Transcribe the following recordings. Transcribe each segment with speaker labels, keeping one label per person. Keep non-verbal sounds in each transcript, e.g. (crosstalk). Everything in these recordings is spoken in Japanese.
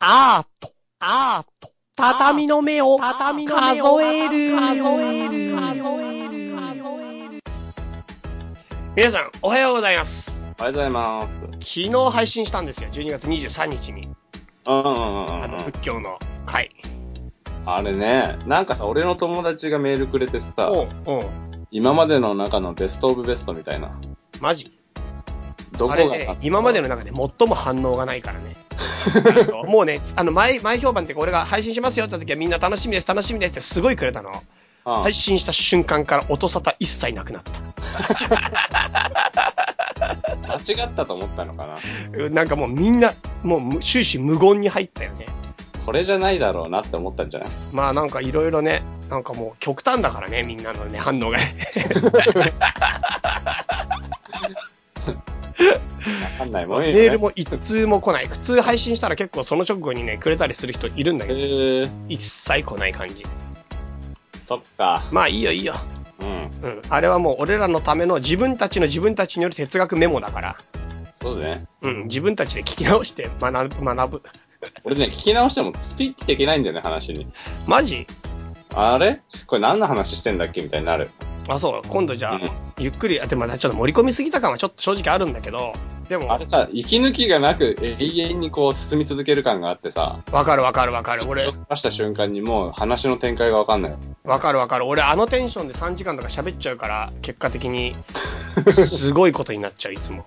Speaker 1: アート、アート、畳の目を、畳の目を数える、
Speaker 2: 数える
Speaker 1: 皆さん、おはようございます。
Speaker 2: ありがとうございます。
Speaker 1: 昨日配信したんですよ、12月23日に。
Speaker 2: うんうんうん
Speaker 1: あの、
Speaker 2: うん。
Speaker 1: 仏教の会。
Speaker 2: あれね、なんかさ、俺の友達がメールくれてさ、
Speaker 1: おうん、おうん。
Speaker 2: 今までの中のベストオブベストみたいな。
Speaker 1: マジ
Speaker 2: どこ
Speaker 1: あ
Speaker 2: が
Speaker 1: れね、今までの中で最も反応がないから (laughs) ね。あのもうね、あの、前、前評判っていうか俺が配信しますよって時はみんな楽しみです、楽しみですってすごいくれたの。
Speaker 2: は
Speaker 1: 配信した瞬間から音沙汰一切なくなった。
Speaker 2: 間違ったと思ったのかな。
Speaker 1: うんなんかもうみんな、もうむ終始無言に入ったよね。
Speaker 2: これじゃないだろうなって思ったんじゃない
Speaker 1: まあなんかいろいろね、なんかもう極端だからね、みんなのね、反応がね。
Speaker 2: わかんない
Speaker 1: そ
Speaker 2: も
Speaker 1: うんメ
Speaker 2: よ、ね。
Speaker 1: ールも一通も来ない。普通配信したら結構その直後にね、くれたりする人いるんだ
Speaker 2: え
Speaker 1: けど、
Speaker 2: ー、
Speaker 1: 一切来ない感じ。
Speaker 2: そっか。
Speaker 1: まあいいよいいよ。
Speaker 2: うん。
Speaker 1: うん。あれはもう俺らのための自分たちの自分たちによる哲学メモだから。
Speaker 2: そうだね。
Speaker 1: うん。自分たちで聞き直して学ぶ、学ぶ。
Speaker 2: 俺ね、聞き直してもついていけないんだよね、話に。
Speaker 1: マジ
Speaker 2: あれこれ何の話してんだっけみたいになる。
Speaker 1: あ、そう。今度じゃあ
Speaker 2: うん、
Speaker 1: ゆっくり、あでもなちょっと盛り込みすぎた感はちょっと正直あるんだけど、でも
Speaker 2: あ、れさ、息抜きがなく永遠にこう進み続ける感があってさ、
Speaker 1: わかるわかるわかる。
Speaker 2: 手
Speaker 1: 俺
Speaker 2: を、澄ました瞬間にもう話の展開がわかんない。
Speaker 1: わかるわかる。俺、あのテンションで3時間とか喋っちゃうから、結果的 (laughs) に、すごいことになっちゃう、いつも。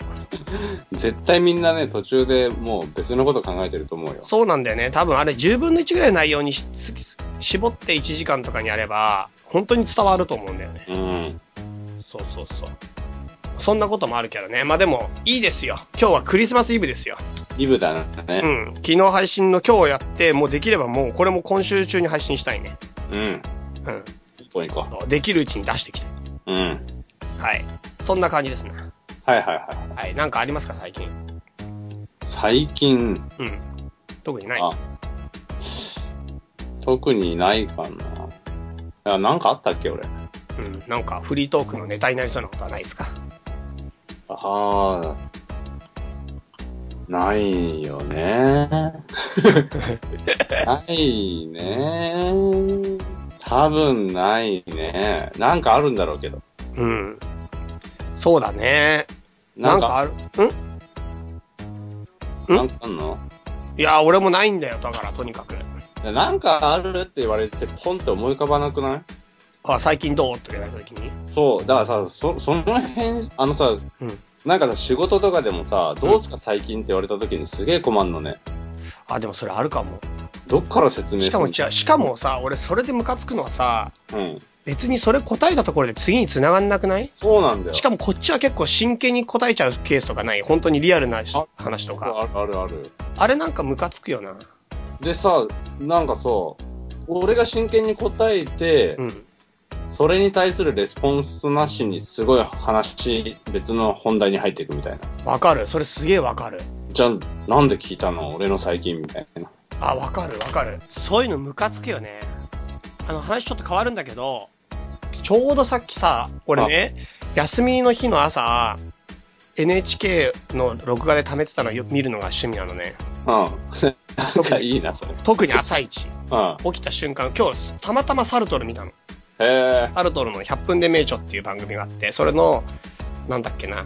Speaker 2: 絶対みんなね、途中でもう別のこと考えてると思うよ。
Speaker 1: そうなんだよね。多分あれ、10分の1ぐらいの内容にし絞って1時間とかにあれば、本当に伝わると思うんだよね。
Speaker 2: うん。
Speaker 1: そうそうそう。そんなこともあるけどね。まあでも、いいですよ。今日はクリスマスイブですよ。
Speaker 2: イブだ
Speaker 1: う
Speaker 2: ね。
Speaker 1: ん。昨日配信の今日やって、もうできればもう、これも今週中に配信したいね。
Speaker 2: うん。
Speaker 1: うん
Speaker 2: 一本行こ
Speaker 1: そう。できるうちに出してきたい。
Speaker 2: う。うん。
Speaker 1: はい。そんな感じですね。
Speaker 2: はいはいはい。
Speaker 1: はい。なんかありますか、最近。
Speaker 2: 最近、
Speaker 1: うん。特にない。
Speaker 2: あ、特にないかな。いや、なんかあったっけ、俺。
Speaker 1: うん、なんかフリートークのネタになりそうなことはないですか
Speaker 2: ああ、ない
Speaker 1: (laughs)
Speaker 2: よね。ないね。多分ないね。なんかあるんだろうけど。
Speaker 1: うん。そうだね。な
Speaker 2: なん
Speaker 1: ん
Speaker 2: か、
Speaker 1: かあるん
Speaker 2: なんかあんの
Speaker 1: いや、俺もないんだよ、だから、とにかく。
Speaker 2: なんかあるって言われて、ポンって思い浮かばなくない
Speaker 1: あ、最近どうって言われた時に。
Speaker 2: そう、だからさ、そその辺、あのさ、
Speaker 1: うん
Speaker 2: なんかさ、仕事とかでもさ、どうすか最近って言われた時にすげえ困んのね。
Speaker 1: あ、でもそれあるかも。
Speaker 2: どっから説明す
Speaker 1: しか
Speaker 2: る
Speaker 1: も、じゃあしかもさ、俺それでムカつくのはさ、
Speaker 2: うん。
Speaker 1: 別にそれ答えたところで次に繋がんなくない
Speaker 2: そうなんだよ。
Speaker 1: しかもこっちは結構真剣に答えちゃうケースとかない。本当にリアルなし
Speaker 2: あ
Speaker 1: 話とか。
Speaker 2: あるあるある。
Speaker 1: あれなんかムカつくよな。
Speaker 2: でさ、なんかさ、俺が真剣に答えて、
Speaker 1: うん。
Speaker 2: それに対するレスポンスなしにすごい話、別の本題に入っていくみたいな。
Speaker 1: わかる。それすげえわかる。
Speaker 2: じゃあ、なんで聞いたの俺の最近みたい
Speaker 1: (laughs)
Speaker 2: な。
Speaker 1: あ、わかるわかる。そういうのムカつくよね。あの話ちょっと変わるんだけど、ちょうどさっきさ、俺ね、休みの日の朝、NHK の録画で貯めてたのよ見るのが趣味なのね。
Speaker 2: うん。なんかいいな、それ。
Speaker 1: 特に朝一。
Speaker 2: うん。
Speaker 1: 起きた瞬間、今日、たまたまサルトル見たの。
Speaker 2: へえ。
Speaker 1: サルトルの100分で名著っていう番組があって、それの、なんだっけな。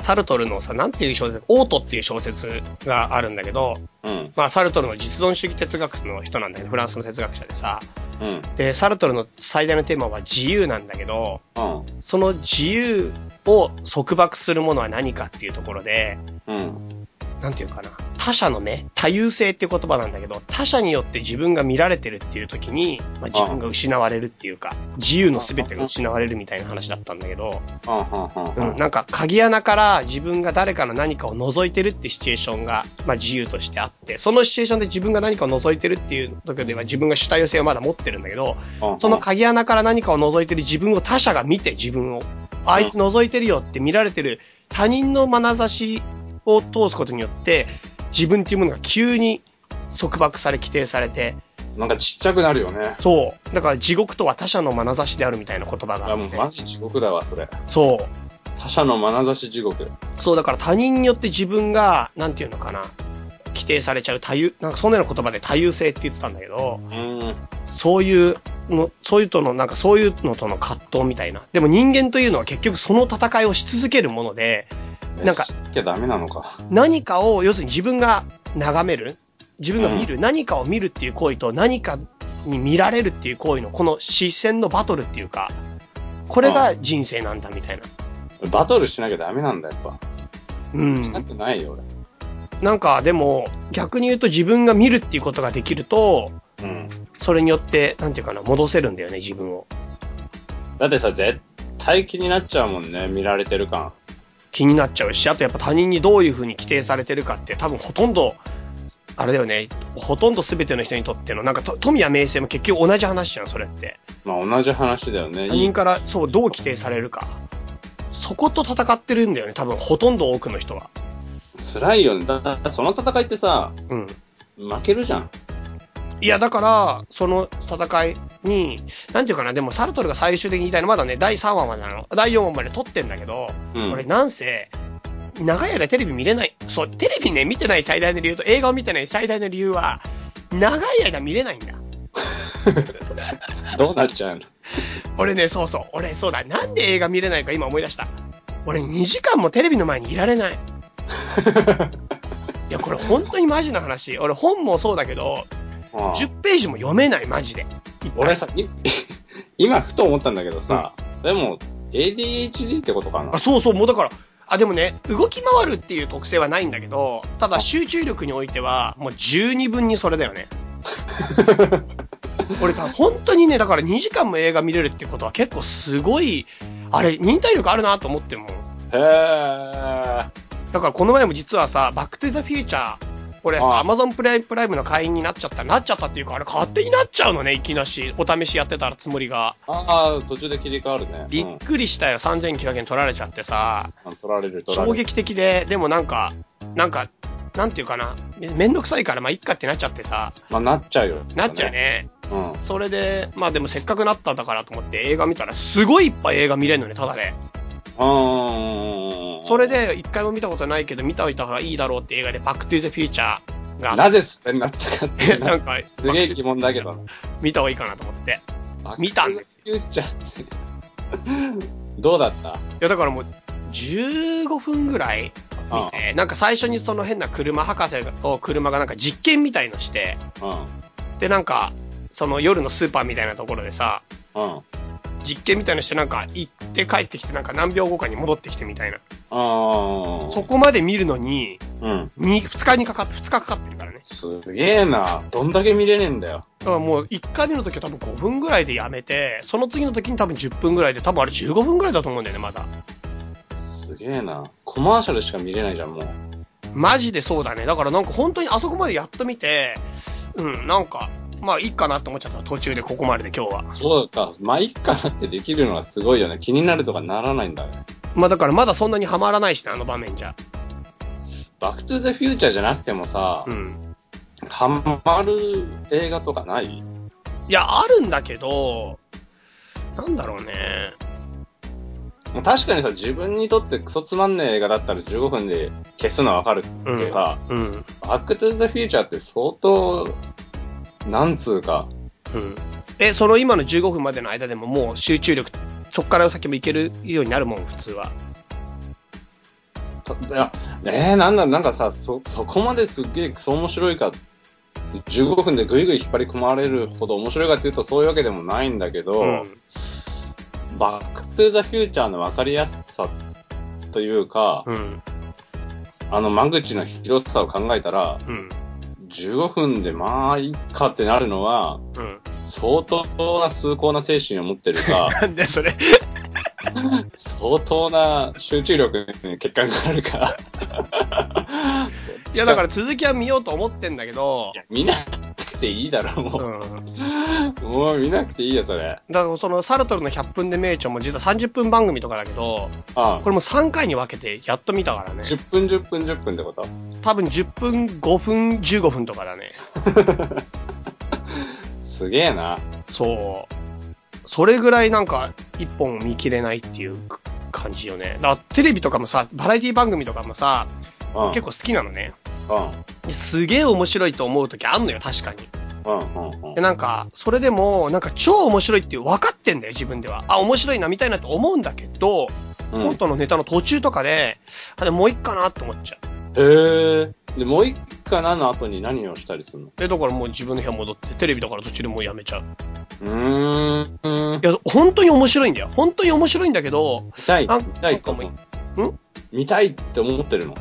Speaker 1: サルトルのさ、なんていう小説、オートっていう小説があるんだけど、
Speaker 2: うん。
Speaker 1: まあ、サルトルの実存主義哲学の人なんだけど、フランスの哲学者でさ、
Speaker 2: うん。
Speaker 1: で、サルトルの最大のテーマは自由なんだけど、
Speaker 2: うん。
Speaker 1: その自由を束縛するものは何かっていうところで、
Speaker 2: うん。
Speaker 1: なんていうかな、他者の目、多様性っていう言葉なんだけど、他者によって自分が見られてるっていう時に、まあ、自分が失われるっていうか、自由の全てが失われるみたいな話だったんだけど、
Speaker 2: うん。うん。
Speaker 1: う、
Speaker 2: うんん。
Speaker 1: なんか鍵穴から自分が誰かの何かを覗いてるってシチュエーションが、まあ、自由としてあって、そのシチュエーションで自分が何かを覗いてるっていう時では自分が主体性をまだ持ってるんだけど、
Speaker 2: うん。
Speaker 1: その鍵穴から何かを覗いてる自分を他者が見て自分を、あいつ覗いてるよって見られてる他人の眼差しを通すことによって、自分っていうものが急に束縛され規定されて、
Speaker 2: なんかちっちゃくなるよね。
Speaker 1: そう。だから地獄とは他者の眼差しであるみたいな言葉
Speaker 2: い
Speaker 1: があ
Speaker 2: や、
Speaker 1: っ
Speaker 2: もう
Speaker 1: て。
Speaker 2: マジ地獄だわ、それ。
Speaker 1: そう。
Speaker 2: 他者の眼差し地獄。
Speaker 1: そう、だから他人によって自分が、なんていうのかな、規定されちゃう多様、なんかそんなような言葉で多様性って言ってたんだけど、
Speaker 2: うん。
Speaker 1: そういうの、そういうとの、なんかそういうのとの葛藤みたいな。でも人間というのは結局その戦いをし続けるもので、なんか
Speaker 2: しなきゃダメなのか。
Speaker 1: 何かを、要するに自分が眺める、自分が見る、何かを見るっていう行為と何かに見られるっていう行為の、この視線のバトルっていうか、これが人生なんだみたいな。
Speaker 2: バトルしなきゃダメなんだ、やっぱ。
Speaker 1: う。
Speaker 2: しなんくないよ、俺。
Speaker 1: なんかでも、逆に言うと自分が見るっていうことができると、
Speaker 2: うん。
Speaker 1: それによって、なんていうかな、戻せるんだよね、自分を。
Speaker 2: だってさ、絶対気になっちゃうもんね、見られてる感。
Speaker 1: 気になっちゃうし、あとやっぱ他人にどういうふうに規定されてるかって、多分ほとんど、あれだよね、ほとんど全ての人にとっての、なんかと富や名声も結局同じ話じゃん、それって。
Speaker 2: まあ同じ話だよね。
Speaker 1: 他
Speaker 2: いい
Speaker 1: 人から、そう、どう規定されるか。そこと戦ってるんだよね、多分ほとんど多くの人は。
Speaker 2: 辛いよね。だだその戦いってさ、
Speaker 1: うん。
Speaker 2: 負けるじゃん。
Speaker 1: いや、だから、その戦いに、なんていうかな、でもサルトルが最終的に言いたいの、まだね、第3話までなの、第4話まで撮ってんだけど、
Speaker 2: うん。
Speaker 1: 俺なんせ、長い間テレビ見れない。そう、テレビね、見てない最大の理由と映画を見てない最大の理由は、長い間見れないんだ。
Speaker 2: どうなっちゃうの
Speaker 1: 俺ね、そうそう。俺、そうだ。なんで映画見れないか今思い出した。俺2時間もテレビの前にいられ
Speaker 2: (laughs)
Speaker 1: ない。いや、これ本当にマジな話。俺本もそうだけど、
Speaker 2: うん
Speaker 1: 10ページも読めない、マジで。
Speaker 2: 俺さ、い (laughs) 今ふと思ったんだけどさ、でも ADHD ってことかな
Speaker 1: あ、そうそう、もうだから、あ、でもね、動き回るっていう特性はないんだけど、ただ集中力においては、もう十二分にそれだよ
Speaker 2: (laughs)
Speaker 1: ね。俺、本当にね、だから2時間も映画見れるってことは結構すごい、あれ、忍耐力あるなと思ってもん。
Speaker 2: へー。
Speaker 1: だからこの前も実はさ、バックトゥザフューチャー、俺さ、
Speaker 2: あ
Speaker 1: アマゾンプライプライムの会員になっちゃった、なっちゃったっていうか、あれ勝手になっちゃうのね、いきなし、お試しやってたつもりが。
Speaker 2: ああ、途中で切り替わるね。
Speaker 1: びっくりしたよ、3900円取られちゃってさ。
Speaker 2: うん、取られる、取ら
Speaker 1: 衝
Speaker 2: れる。
Speaker 1: 撃的で、でもなんか、なんか、なんていうかな、めめんどくさいから、まあ、いっかってなっちゃってさ、
Speaker 2: まあ、なっちゃうよ。
Speaker 1: なっちゃう。ね。
Speaker 2: うん。
Speaker 1: それで、まあでもせっかくなっただからと思って映画見たら、すごいいっぱい映画見れるのね、ただで。
Speaker 2: うん。
Speaker 1: それ、で、一回も見たことないけど、見たおいた方がいいだろうって映画で、バックトゥーザフューチャーが、
Speaker 2: なぜそれになったかって
Speaker 1: (laughs) なんか、
Speaker 2: すげえ疑問だけど
Speaker 1: 見た方がいいかなと思って。
Speaker 2: な。
Speaker 1: 見たんです
Speaker 2: よ。フューチャーって。どうだった
Speaker 1: いや、だからもう、15分ぐらい見て、なんか最初にその変な車博士と車がなんか実験みたいのして、
Speaker 2: うん。うん。
Speaker 1: で、なんか、その夜のスーパーみたいなところでさ、
Speaker 2: うん。
Speaker 1: 実験みたいなのしてなんか行って帰ってきてなんか何秒後かに戻ってきてみたいな。
Speaker 2: ああ。
Speaker 1: そこまで見るのに、
Speaker 2: うん。
Speaker 1: 2, 二日にかかって、2日かかってるからね。
Speaker 2: すげえな。どんだけ見れねえんだよ。
Speaker 1: だからもう1回目の時は多分5分ぐらいでやめて、その次の時に多分10分ぐらいで、多分あれ15分ぐらいだと思うんだよね、まだ。
Speaker 2: すげえな。コマーシャルしか見れないじゃん、もう。
Speaker 1: マジでそうだね。だからなんか本当にあそこまでやっと見て、うん、なんか、まあいいかなって思っちゃった。途中でここまでで今日は。
Speaker 2: そうだった。まあ、いっかなってできるのはすごいよね。気になるとかならないんだね。
Speaker 1: まあだからまだそんなにはまらないしね、あの場面じゃ。
Speaker 2: バックトゥーザフューチャーじゃなくてもさ
Speaker 1: う、ん。
Speaker 2: ハマる映画とかない
Speaker 1: いや、あるんだけど、なんだろうね。
Speaker 2: もう確かにさ、自分にとってクソつまんねえ映画だったら15分で消すのはわかるけどさ、
Speaker 1: うん。
Speaker 2: バックトゥーザフューチャーって相当、なんつうか、
Speaker 1: うん。え、その今の15分までの間でももう集中力、そっから先もいけるようになるもん、普通は。
Speaker 2: たいや、えー、なんだ、なんかさ、そ、そこまですっげえクソ面白いか、15分でぐいぐい引っ張り込まれるほど面白いかっていうとそういうわけでもないんだけど、
Speaker 1: うん
Speaker 2: バックトゥーザフューチャーのわかりやすさというか、
Speaker 1: うん。
Speaker 2: あの間口の広さを考えたら、
Speaker 1: うん。
Speaker 2: 15分でまあいいかってなるのは、
Speaker 1: うん。
Speaker 2: 相当な崇高な精神を持ってるか、
Speaker 1: (laughs) なんでそれ。
Speaker 2: 相当な集中力に欠陥があるか、
Speaker 1: いや、だから続きは見ようと思ってんだけど
Speaker 2: い、や見なくていいだろ、
Speaker 1: う
Speaker 2: も
Speaker 1: ん。だか
Speaker 2: う。もう見なくていいよ、それ。
Speaker 1: らそのサルトルの100分で名著も実は30分番組とかだけど、
Speaker 2: あ
Speaker 1: これも3回に分けてやっと見たからね。
Speaker 2: 10分、10分、10分ってこと
Speaker 1: 多分10分、5分、15分とかだね。
Speaker 2: すげえな。
Speaker 1: そう。それぐらいなんか、一本見切れないっていう感じよね。だからテレビとかもさ、バラエティ番組とかもさ、
Speaker 2: うん。
Speaker 1: 結構好きなのね。
Speaker 2: う
Speaker 1: すげえ面白いと思う時あんのよ、確かに。
Speaker 2: ん、うん、うん、うん
Speaker 1: で、。なんか、それでも、なんか超面白いって分かってんだよ、自分では。あ、面白いな、みたいなと思うんだけど、
Speaker 2: うん
Speaker 1: コントのネタの途中とかで、あ、でももう一回かなって思っちゃ
Speaker 2: へえ。で、もう一回なの後に何をしたりするの
Speaker 1: う。で、だからもう自分の部屋戻って、テレビだから途中でもうやめちゃう。
Speaker 2: うーん。う
Speaker 1: い
Speaker 2: ん
Speaker 1: や、本当に面白いんだよ。本当に面白いんだけど、
Speaker 2: 見たい、
Speaker 1: あ
Speaker 2: 見たいと
Speaker 1: な
Speaker 2: 思
Speaker 1: ん
Speaker 2: う。
Speaker 1: ん
Speaker 2: 見たいって思ってるの。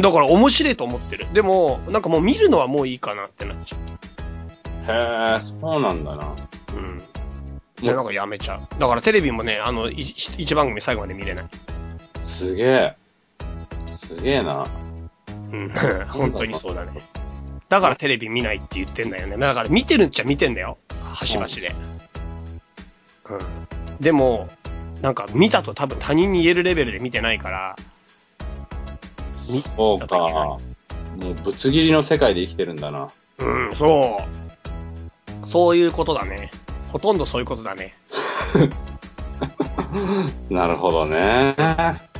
Speaker 1: だから面白いと思ってる。でも、なんかもう見るのはもういいかなってなっちゃ
Speaker 2: へえ、そうなんだな。
Speaker 1: う。うん。で、なんかやめちゃう。だからテレビもね、あの、い一番組最後まで見れない。
Speaker 2: すげえ。すげえな。
Speaker 1: うん、本当にそうだね。だからテレビ見ないって言ってんだよね。だから見てるっちゃ見てんだよ。端々で。うん。でも、なんか見たと多分他人に言えるレベルで見てないから、み
Speaker 2: そうか。もうぶつ切りの世界で生きてるんだな。 (laughs)
Speaker 1: うん、そう。そういうことだね。ほとんどそういうことだね。
Speaker 2: なるほどね。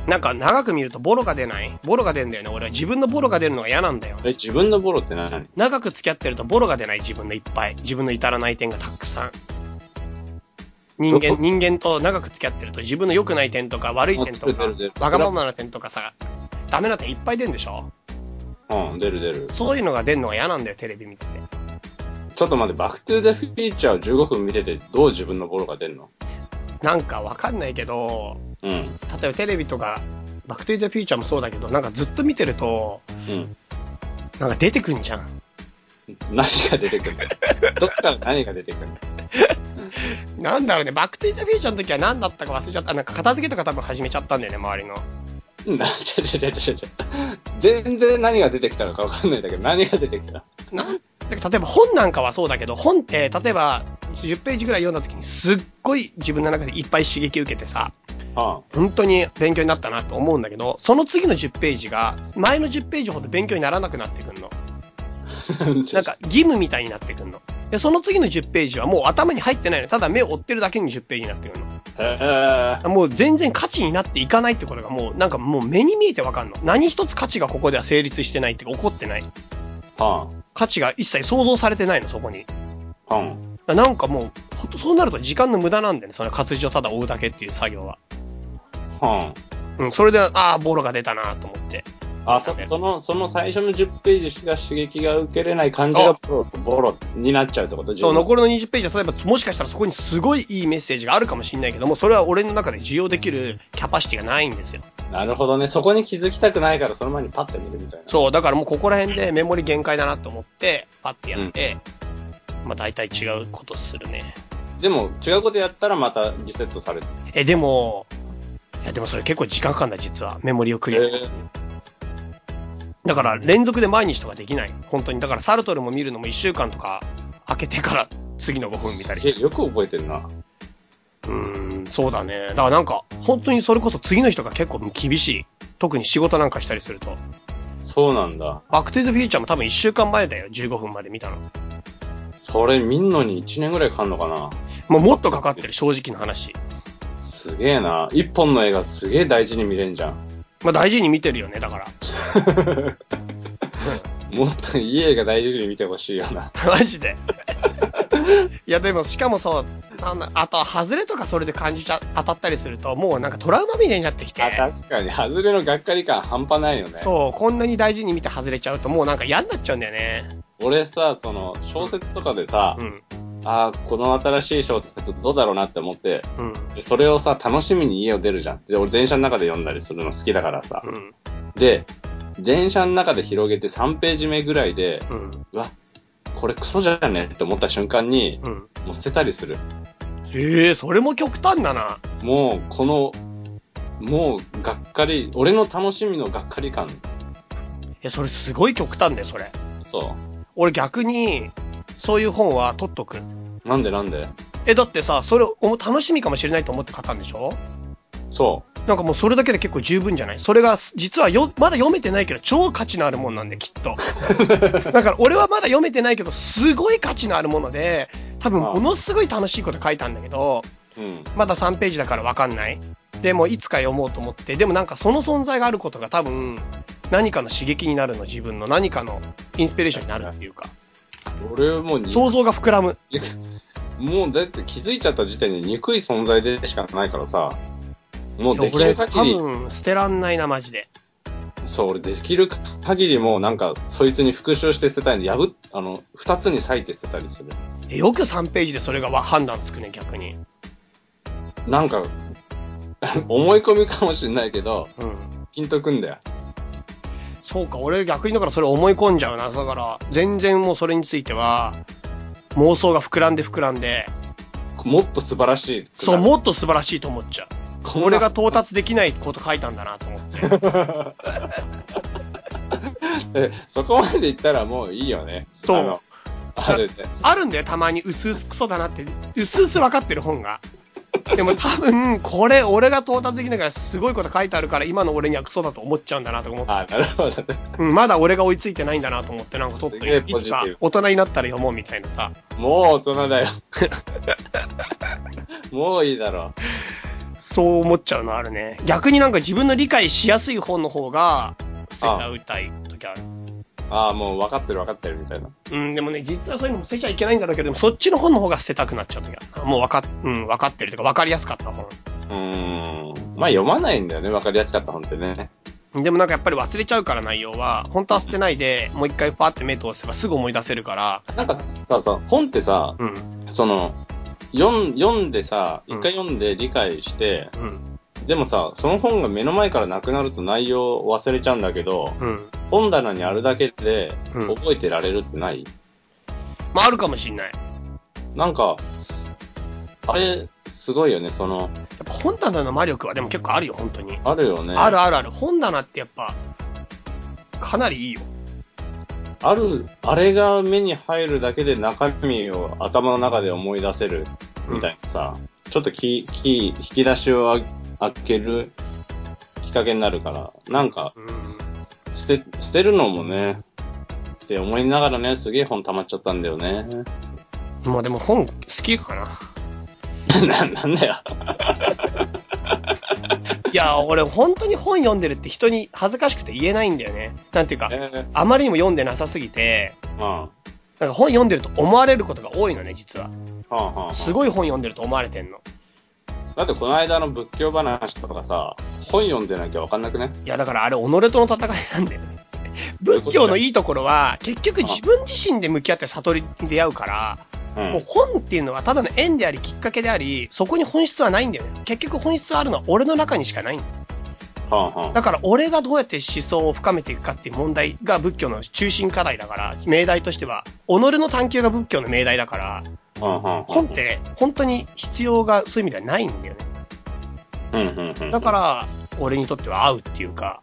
Speaker 1: なんか長く見るとボロが出ないボロが出るんだよね。俺は自分のボロが出るのが嫌なんだよ。
Speaker 2: え、自分のボロって何
Speaker 1: 長く付き合ってるとボロが出ない自分のいっぱい。自分の至らない点がたくさん。人
Speaker 2: ど
Speaker 1: 間、
Speaker 2: こ
Speaker 1: 人間と長く付き合ってると自分の良くない点とか悪い点と
Speaker 2: あ出る出る
Speaker 1: か、わがままな点とかさ、ダメな点いっぱい出るんでしょ
Speaker 2: うん、出る出る。
Speaker 1: そういうのが出るのが嫌なんだよ、テレビ見てて。
Speaker 2: ちょっと待って、バックトゥーザフューチャーを15分見てて、どう自分のボロが出るの
Speaker 1: なんかわかんないけど、
Speaker 2: うん。う
Speaker 1: 例
Speaker 2: ん。
Speaker 1: えばテレビとか、バックトゥーザフューチャーもそうだけど、なんかずっと見てると、なんか出てくんじゃん。
Speaker 2: 何が出てくる
Speaker 1: (laughs)
Speaker 2: のどっから何が出てくるの
Speaker 1: なんだろうね、バックトゥーザフューチャーの時は何だったか忘れちゃった。なんか片付けとか多分始めちゃったんだよね、周りの。
Speaker 2: な、ちゃちゃちゃちゃちゃ。全然何が出てきたのかわかんないんだけど、何が出てきた
Speaker 1: なんだから例えば本なんかはそうだけど、本って、例えば10ページぐらい読んだ時にすっごい自分の中でいっぱい刺激受けてさ、
Speaker 2: あ
Speaker 1: 本当に勉強になったなと思うんだけど、その次の10ページが前の10ページほど勉強にならなくなってくんの。
Speaker 2: あ。
Speaker 1: なんか義務みたいになってくんの。で、その次の10ページはもう頭に入ってないの。ただ目を追ってるだけに10ページになってくるの。
Speaker 2: へ
Speaker 1: もう全然価値になっていかないってことがもうなんかもう目に見えてわかんの。何一つ価値がここでは成立してないっていうか起こってない。
Speaker 2: え。は
Speaker 1: 価値が一切想像されてないの、そこに。
Speaker 2: あ。はん。
Speaker 1: なんかもう、ほんとそうなると時間の無駄なんだよね、その活字をただ追うだけっていう作業は。
Speaker 2: はん。
Speaker 1: うん、それで、ああ、ボロが出たなと思って。
Speaker 2: あ、そ、その、その最初の10ページしか刺激が受けれない感じがボロ、ボロになっちゃうってこと
Speaker 1: そう、
Speaker 2: 自分
Speaker 1: 残りの20ページは、例えば、もしかしたらそこにすごいいいメッセージがあるかもしれないけども、それは俺の中で需要できるキャパシティがないんですよ。
Speaker 2: なるほどね。そこに気づきたくないから、その前にパッて見るみたいな。
Speaker 1: そう、だからもうここら辺でメモリ限界だなと思って、パッてやって、まあ大体違うことするね。
Speaker 2: でも、違うことやったらまたリセットされる。
Speaker 1: え、でも、いやでもそれ結構時間かかるんだ、実は。メモリをクリアする。だから連続で毎日とかできない。本当に。だからサルトルも見るのも1週間とか開けてから次の5分見たりして。
Speaker 2: えよく覚えてるな。
Speaker 1: うーん、そうだね。だからなんか、本当にそれこそ次の人が結構厳しい。特に仕事なんかしたりすると。
Speaker 2: そうなんだ。
Speaker 1: バックトゥザフューチャーも多分1週間前だよ。15分まで見たの。
Speaker 2: それ見んのに1年ぐらいかかんのかな。
Speaker 1: もうもっとかかってる、正直な話。
Speaker 2: すげえな。一本の映画すげえ大事に見れんじゃん。
Speaker 1: まあ大事に見てるよね、だから。 (laughs)
Speaker 2: もっといい映画大事に見てほしいよな。
Speaker 1: マジで。いやでも、しかもそう、なんだあと、外れとかそれで感じちゃ、当たったりすると、もうなんかトラウマみたいになってきて。
Speaker 2: あ、確かに。外れのがっかり感半端ないよね。
Speaker 1: そう、こんなに大事に見て外れちゃうと、もうなんか嫌になっちゃうんだよね。
Speaker 2: 俺さ、その、小説とかでさ、
Speaker 1: うん。
Speaker 2: ああ、この新しい小説どうだろうなって思って、
Speaker 1: うん。
Speaker 2: でそれをさ、楽しみに家を出るじゃん。で、俺電車の中で読んだりするの好きだからさ。
Speaker 1: うん。
Speaker 2: で、電車の中で広げて3ページ目ぐらいで、
Speaker 1: うん。
Speaker 2: うわ、これクソじゃねって思った瞬間に、
Speaker 1: うん。
Speaker 2: もう捨てたりする。
Speaker 1: ええそれも極端だな。
Speaker 2: もう、この、もう、がっかり、俺の楽しみのがっかり感。
Speaker 1: え、それすごい極端だよ、それ。
Speaker 2: そ
Speaker 1: 俺逆に、そういう本は取っとく。
Speaker 2: う。なんでなんで
Speaker 1: え、だってさ、それお楽しみかもしれないと思って買ったんでしょ
Speaker 2: そ
Speaker 1: なんかもうそれだけで結構十分じゃないそれが、実はよ、まだ読めてないけど、超価値のあるもんなんで、きっと。だから俺はまだ読めてないけど、すごい価値のあるもので、多分ものすごい楽しいこと書いたんだけど、
Speaker 2: う。うん。
Speaker 1: まだ3ページだからわかんない。でもいつか読もうと思って、でもなんかその存在があることが多分、何かの刺激になるの、自分の何かのインスピレーションになるっていうか、
Speaker 2: 俺もうに
Speaker 1: 想像が膨らむ。
Speaker 2: もうだって気づいちゃった時点で憎い存在でしかないからさ、もう
Speaker 1: いや
Speaker 2: でき
Speaker 1: 俺
Speaker 2: る
Speaker 1: 多
Speaker 2: 限り、
Speaker 1: 分捨てらんないな、マジで。
Speaker 2: そう、俺できる限りもうなんか、そいつに復讐して捨てたいんで、破っ、あの、二つに裂いて捨てたりする。
Speaker 1: えよく3ページでそれがわ判断つくね、逆に。
Speaker 2: なんか、思い込みかもしれないけど、
Speaker 1: うん。
Speaker 2: ピンとくんだよ。
Speaker 1: そうか、俺逆にだからそれ思い込んじゃうな。だから、全然もうそれについては、妄想が膨らんで膨らんで、
Speaker 2: もっと素晴らしい。
Speaker 1: そう、もっと素晴らしいと思っちゃう。
Speaker 2: こんな
Speaker 1: 俺が到達できないこと書いたんだなと思って。
Speaker 2: (laughs) えそこまでいったらもういいよね。
Speaker 1: そう
Speaker 2: あの。あれで。
Speaker 1: あるんだよ、たまに、うすうすクソだなって、うすうす分かってる本が。でも多分、これ、俺が到達できないから、すごいこと書いてあるから、今の俺にはクソだと思っちゃうんだなと思って、
Speaker 2: あ、なるほどね。
Speaker 1: うん、まだ俺が追いついてないんだなと思って、なんか取っと
Speaker 2: すげえ
Speaker 1: いて、い
Speaker 2: ポ
Speaker 1: つ
Speaker 2: ジティ
Speaker 1: か
Speaker 2: ブ
Speaker 1: 大人になったら読もうみたいなさ。
Speaker 2: もう大人だよ。 (laughs) もういいだろ
Speaker 1: そう思っちゃうのあるね。逆になんか自分の理解しやすい本の方が捨てちゃうたい時ある。
Speaker 2: う。ああ、もう分かってる分かってるみたいな。
Speaker 1: うん、でもね、実はそういうのも捨てちゃいけないんだろうけど、でもそっちの本の方が捨てたくなっちゃう時あるな。もうわかっ、うん、わかってるというか、わかりやすかった本。
Speaker 2: うーん。まあ読まないんだよね。分かりやすかった本ってね。
Speaker 1: でもなんかやっぱり忘れちゃうから内容は、本当は捨てないで、もう一回パーって目通せばすぐ思い出せるから、
Speaker 2: なんかさ、さ本ってさ、
Speaker 1: うん、
Speaker 2: その、読ん読んでさ、
Speaker 1: うん
Speaker 2: 一回読んで理解して、
Speaker 1: うん、
Speaker 2: でもさ、その本が目の前からなくなると内容を忘れちゃうんだけど、
Speaker 1: うん。
Speaker 2: 本棚にあるだけで
Speaker 1: うん
Speaker 2: 覚えてられるってない、
Speaker 1: まああるかもしんない。
Speaker 2: なんか、あれ、すごいよね、その、
Speaker 1: やっぱ本棚の魔力はでも結構あるよ、本当に。
Speaker 2: あるよね。
Speaker 1: あるあるある。本棚ってやっぱ、かなりいいよ。
Speaker 2: ある、あれが目に入るだけで中身を頭の中で思い出せるみたいなさ、ちょっとキー、キー、引き出しをあ開けるきっかけになるから、なんか、
Speaker 1: うん。
Speaker 2: 捨て、捨てるのもね、って思いながらね、すげえ本溜まっちゃったんだよね。
Speaker 1: まあでも本好きかな。
Speaker 2: (laughs) な、なんだよ。
Speaker 1: いや、俺本当に本読んでるって人に恥ずかしくて言えないんだよね。なんていうか、
Speaker 2: え
Speaker 1: あまりにも読んでなさすぎて、
Speaker 2: ー、うん。
Speaker 1: なんか本読んでると思われることが多いのね、実は。
Speaker 2: はあはあはあ
Speaker 1: すごい本読んでると思われてんの。
Speaker 2: だってこの間の仏教話とかさ、本読んでなきゃわかんなくね
Speaker 1: いや、だからあれ、己との戦いなんだよ (laughs) ね。仏教のいいところは、結局自分自身で向き合って悟りに出会うから、
Speaker 2: う。
Speaker 1: もうん本っていうのはただの縁であり、きっかけであり、そこに本質はないんだよね。結局本質はあるのは俺の中にしかないんだよ
Speaker 2: はんはん。
Speaker 1: だから俺がどうやって思想を深めていくかっていう問題が仏教の中心課題だから、命題としては、己の探求が仏教の命題だから、
Speaker 2: はんはん。
Speaker 1: 本っ。て本当に必要がそういう意味ではないんだよね。
Speaker 2: うんうんうん。
Speaker 1: だから、俺にとっては合うっていうか、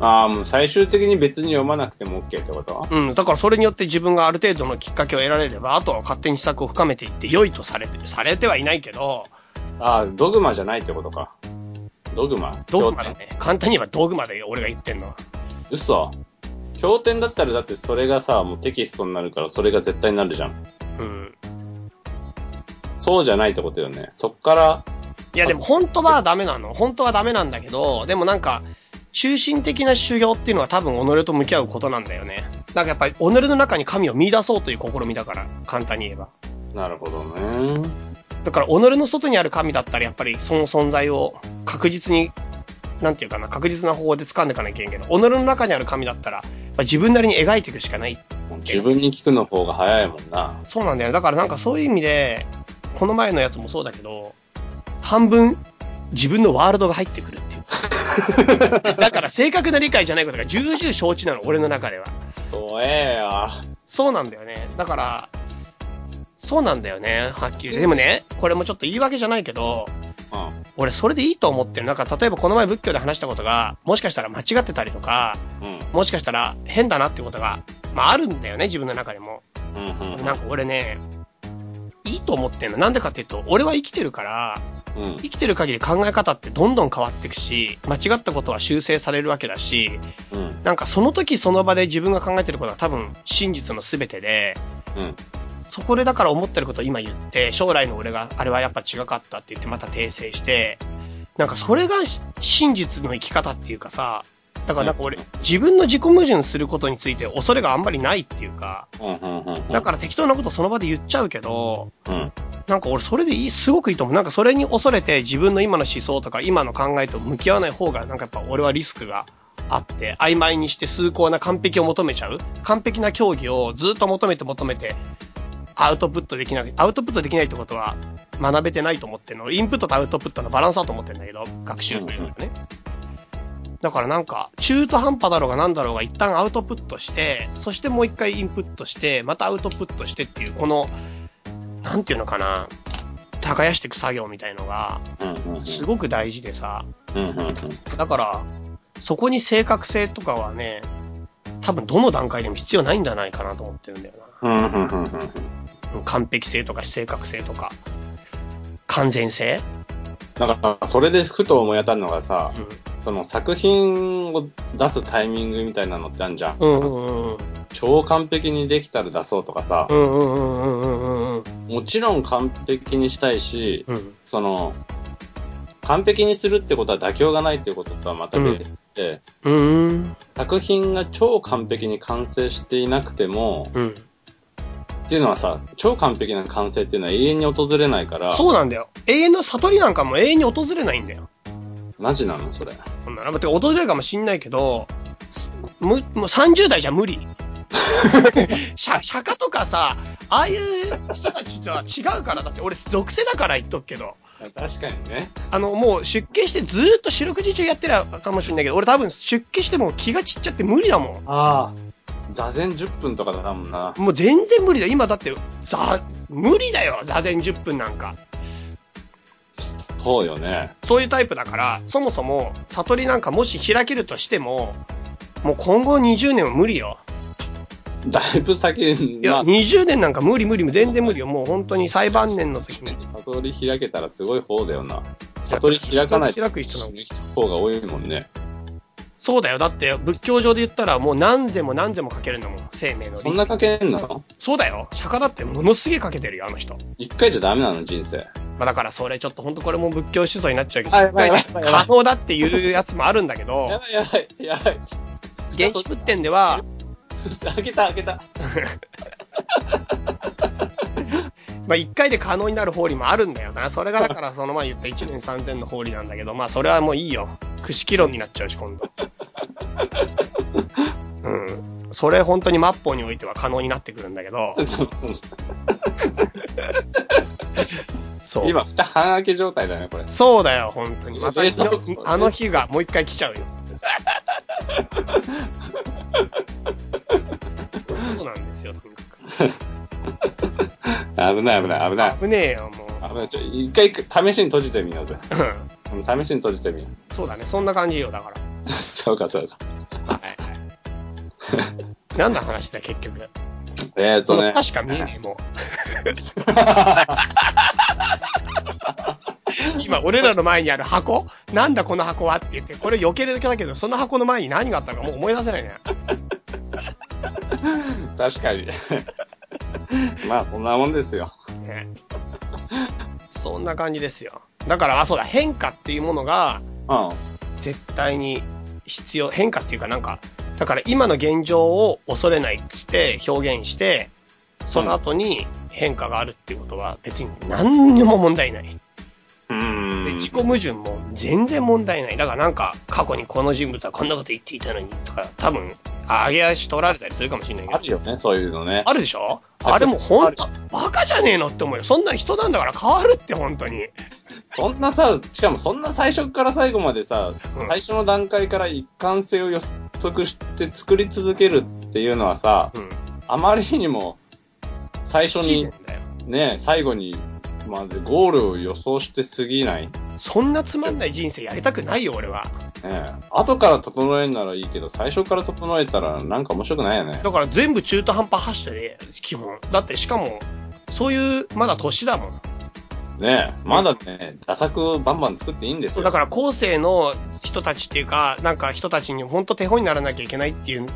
Speaker 2: ああ、もう最終的に別に読まなくても OK ってこと
Speaker 1: うん、だからそれによって自分がある程度のきっかけを得られれば、あとは勝手に施策を深めていって、良いとされてる、されてはいないけど、
Speaker 2: ああ、ドグマじゃないってことか。ドグマ
Speaker 1: ドグマだ
Speaker 2: 経典
Speaker 1: ね。簡単に言えばドグマだよ、俺が言ってんのは。
Speaker 2: 嘘。経典だったらだってそれがさ、もうテキストになるからそれが絶対になるじゃん。
Speaker 1: うん。
Speaker 2: そうじゃないってことよね。そっから、
Speaker 1: いやでも本当はダメなの。本当はダメなんだけど、でもなんか、中心的な修行っていうのは多分己と向き合うことなんだよね。なんかやっぱり己の中に神を見出そうという試みだから、簡単に言えば。
Speaker 2: なるほどね。
Speaker 1: だから己の外にある神だったらやっぱりその存在を確実に、なんていうかな、確実な方法で掴んでいかなきゃいけないけど、己の中にある神だったら、やっぱ自分なりに描いていくしかない。
Speaker 2: もう自分に聞くの方が早いもんな。
Speaker 1: そうなんだよね。だからなんかそういう意味で、この前のやつもそうだけど、半分自分のワールドが入ってくるっていう。 (laughs) だから正確な理解じゃないことが重々承知なの、俺の中では。
Speaker 2: 怖えよ。
Speaker 1: そうなんだよね。だから、そうなんだよね、はっきり言って。でもね、これもちょっと言い訳じゃないけど、
Speaker 2: う
Speaker 1: 俺それでいいと思ってる。なんか例えばこの前仏教で話したことが、もしかしたら間違ってたりとか、
Speaker 2: ん。うん。
Speaker 1: もしかしたら変だなってことが、まああるんだよね、自分の中でも。
Speaker 2: うんうん
Speaker 1: なんか俺ね、いいと思ってんの。なんでかっていうと、俺は生きてるから、
Speaker 2: うん。うん。
Speaker 1: 生きてる限り考え方ってどんどん変わっていくし、間違ったことは修正されるわけだし、
Speaker 2: うん。
Speaker 1: なんかその時その場で自分が考えてることが多分真実の全てで、
Speaker 2: うん。
Speaker 1: そこでだから思ってることを今言って、将来の俺があれはやっぱ違かったって言ってまた訂正して、なんかそれがし真実の生き方っていうかさ、だからなんか俺、自分の自己矛盾することについて恐れがあんまりないっていうか、
Speaker 2: うんうんうんうん。
Speaker 1: だから適当なことその場で言っちゃうけど、
Speaker 2: うん。
Speaker 1: なんか俺それでいい、すごくいいと思う。なんかそれに恐れて自分の今の思想とか今の考えと向き合わない方がなんかやっぱ俺はリスクがあって、曖昧にして崇高な完璧を求めちゃう。完璧な競技をずっと求めて求めて、アウトプットできない、アウトプットできないってことは学べてないと思ってんの。インプットとアウトプットのバランスだと思ってんだけど、学習というのはね。だからなんか、中途半端だろうがなんだろうが一旦アウトプットして、そしてもう一回インプットして、またアウトプットしてっていう、この、なんていうのかな、耕していく作業みたいのが、
Speaker 2: うんうんうん。
Speaker 1: すごく大事でさ、
Speaker 2: うんうんうん。
Speaker 1: だから、そこに正確性とかはね、多分どの段階でも必要ないんじゃないかなと思ってるんだよ
Speaker 2: うんうんうんうん
Speaker 1: な。完璧性とか正確性とか、完全性
Speaker 2: なんか、それでふと思い当たるのがさ、その作品を出すタイミングみたいなのってあるじゃん。
Speaker 1: うんうんうんうん。
Speaker 2: 超完璧にできたら出そうとかさ
Speaker 1: う、んうんうんうんうんうん
Speaker 2: もちろん完璧にしたいし、
Speaker 1: うん。
Speaker 2: その、完璧にするってことは妥協がないっていうこととはまた別で、
Speaker 1: うん。
Speaker 2: 作品が超完璧に完成していなくても、
Speaker 1: うん。
Speaker 2: っていうのはさ、超完璧な完成っていうのは永遠に訪れないから、
Speaker 1: そうなんだよ。永遠の悟りなんかも永遠に訪れないんだよ。
Speaker 2: マジなのそれ。
Speaker 1: そんなの。てか訪れるかもしんないけど、む、もう30代じゃ無理。釈釈迦とかさ、ああいう人たちとは違うから、だって俺、属性だから言っとくけど、
Speaker 2: 確かにね。
Speaker 1: あの、もう出家してずーっと四六時中やってるかもしんないけど、俺多分出家しても気が散っちゃって無理だもん。
Speaker 2: ああ。座禅10分とかだもんな。
Speaker 1: もう全然無理だ。今だって、ざ、無理だよ、座禅10分なんか。
Speaker 2: そうよね。
Speaker 1: そういうタイプだから、そもそも、悟りなんかもし開けるとしても、もう今後20年は無理よ。
Speaker 2: だいぶ先に、
Speaker 1: いや、
Speaker 2: ま
Speaker 1: 20年なんか無理無理、全然無理よ。もう本当に裁判年の時に。
Speaker 2: あ悟り開けたらすごい方だよな。悟り開かない
Speaker 1: 悟り開く人なの
Speaker 2: 方が多いもんね。
Speaker 1: そうだよ。だって、仏教上で言ったらもう何千も何千もかけるんだもん。生命の
Speaker 2: そん
Speaker 1: 理。
Speaker 2: なかけんの
Speaker 1: そうだよ。釈迦だってものすげえかけてるよ、あの人。
Speaker 2: 一回じゃダメなの人生。
Speaker 1: まあだからそれちょっと本当これも仏教思想になっちゃうけど、
Speaker 2: はいはいはい
Speaker 1: 一概に (laughs) 可能だっていうやつもあるんだけ
Speaker 2: や
Speaker 1: ど、
Speaker 2: ばいやばい、やばい。
Speaker 1: 原始仏典では、
Speaker 2: 開けた開けた。
Speaker 1: まあ一回で可能になる法理もあるんだよな。それがだ (laughs) からその前言った1年3000の法理なんだけど、まあそれはもういいよ。くしき論になっちゃうし、今 (laughs) 度。うん。それ本当に末法においては可能になってくるんだけど、そう。
Speaker 2: 今、蓋半開け状態だね、これ。
Speaker 1: そうだよ、本当に。また、
Speaker 2: え
Speaker 1: あ
Speaker 2: そう
Speaker 1: のあの日がもう一回来ちゃ (laughs) うよ。そうなんですよ、とにか
Speaker 2: 危ない危ない危ない
Speaker 1: く。。危ねえよ、もう。
Speaker 2: 危ない。ちょ、一回試しに閉じてみようぜ。
Speaker 1: うん
Speaker 2: うん (laughs) 試しに閉じてみよ
Speaker 1: (laughs) そうだね、そんな感じよ、だか
Speaker 2: う。そうかそうか。
Speaker 1: ら。はい。 (laughs) 何の話だ、結局。
Speaker 2: えーっ
Speaker 1: そ
Speaker 2: と
Speaker 1: の
Speaker 2: ね。
Speaker 1: 確か見えねえ、もう。今、俺らの前にある箱なんだこの箱はって言って、これ避けるだけだけど、その箱の前に何があったのかもう思い出せないね。
Speaker 2: 確かに。 (laughs) まあ、そんなもんですよ。
Speaker 1: ね、そんな感じですよ。だから、あ、そうだ、変化っていうものが
Speaker 2: うん。
Speaker 1: 絶対に必要、変化っていうかなんか、だから今の現状を恐れないくして表現して、その後に変化があるっていうことは別に何にも問題ない。
Speaker 2: うー
Speaker 1: で、
Speaker 2: ん。
Speaker 1: 自己矛盾も全然問題ない。だからなんか過去にこの人物はこんなこと言っていたのにとか、多分、上げ足取られたりするかもしれないけ
Speaker 2: あ
Speaker 1: ど。
Speaker 2: るよね、そういうのね。
Speaker 1: あるでしょあれもほんと、バカじゃねえのって思うよ。そんなん人なんだから変わるって本当に。
Speaker 2: そんなさ、しかもそんな最初から最後までさ、
Speaker 1: うん
Speaker 2: 最初の段階から一貫性を予測して作り続けるっていうのはさ、
Speaker 1: うん。
Speaker 2: あまりにも最初に
Speaker 1: だよ。
Speaker 2: ね、最後にまでゴールを予想してすぎない。
Speaker 1: そんなつまんない人生やりたくないよ、俺は。
Speaker 2: ね、後から整えるならいいけど、最初から整えたらなんか面白くないよね。
Speaker 1: だから全部中途半端発射で、基本。だってしかも、そういう、まだ年だもん。
Speaker 2: ねまだね、打作をバンバン作っていいんです
Speaker 1: そう
Speaker 2: よ。
Speaker 1: だから後世の人たちっていうか、なんか人たちに本当手本にならなきゃいけないっていう、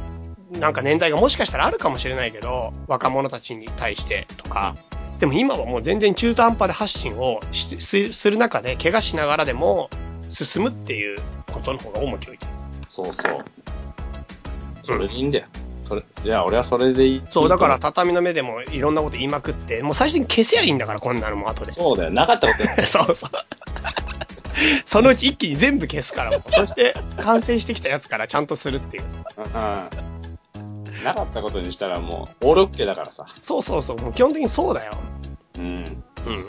Speaker 1: なんか年代がもしかしたらあるかもしれないけど、若者たちに対してとか。でも今はもう全然中途半端で発信をししする中で、怪我しながらでも、進むっていうことの方が重きを置いてる。
Speaker 2: そうそう。それでいいんだよ。それ、いや、俺はそれでいい。
Speaker 1: そう、だから、畳の目でもいろんなこと言いまくって、もう最終的に消せやいいんだから、こんなのもう後で。 (laughs)
Speaker 2: そうだよ。なかったことだよ
Speaker 1: そうそう。そのうち一気に全部消すからもう、そして完成してきたやつからちゃんとするっていう。
Speaker 2: うん。なかったことにしたらもう、オールオッケーだからさ。
Speaker 1: そうそうそう、もう基本的にそうだよ。
Speaker 2: うん。
Speaker 1: うん。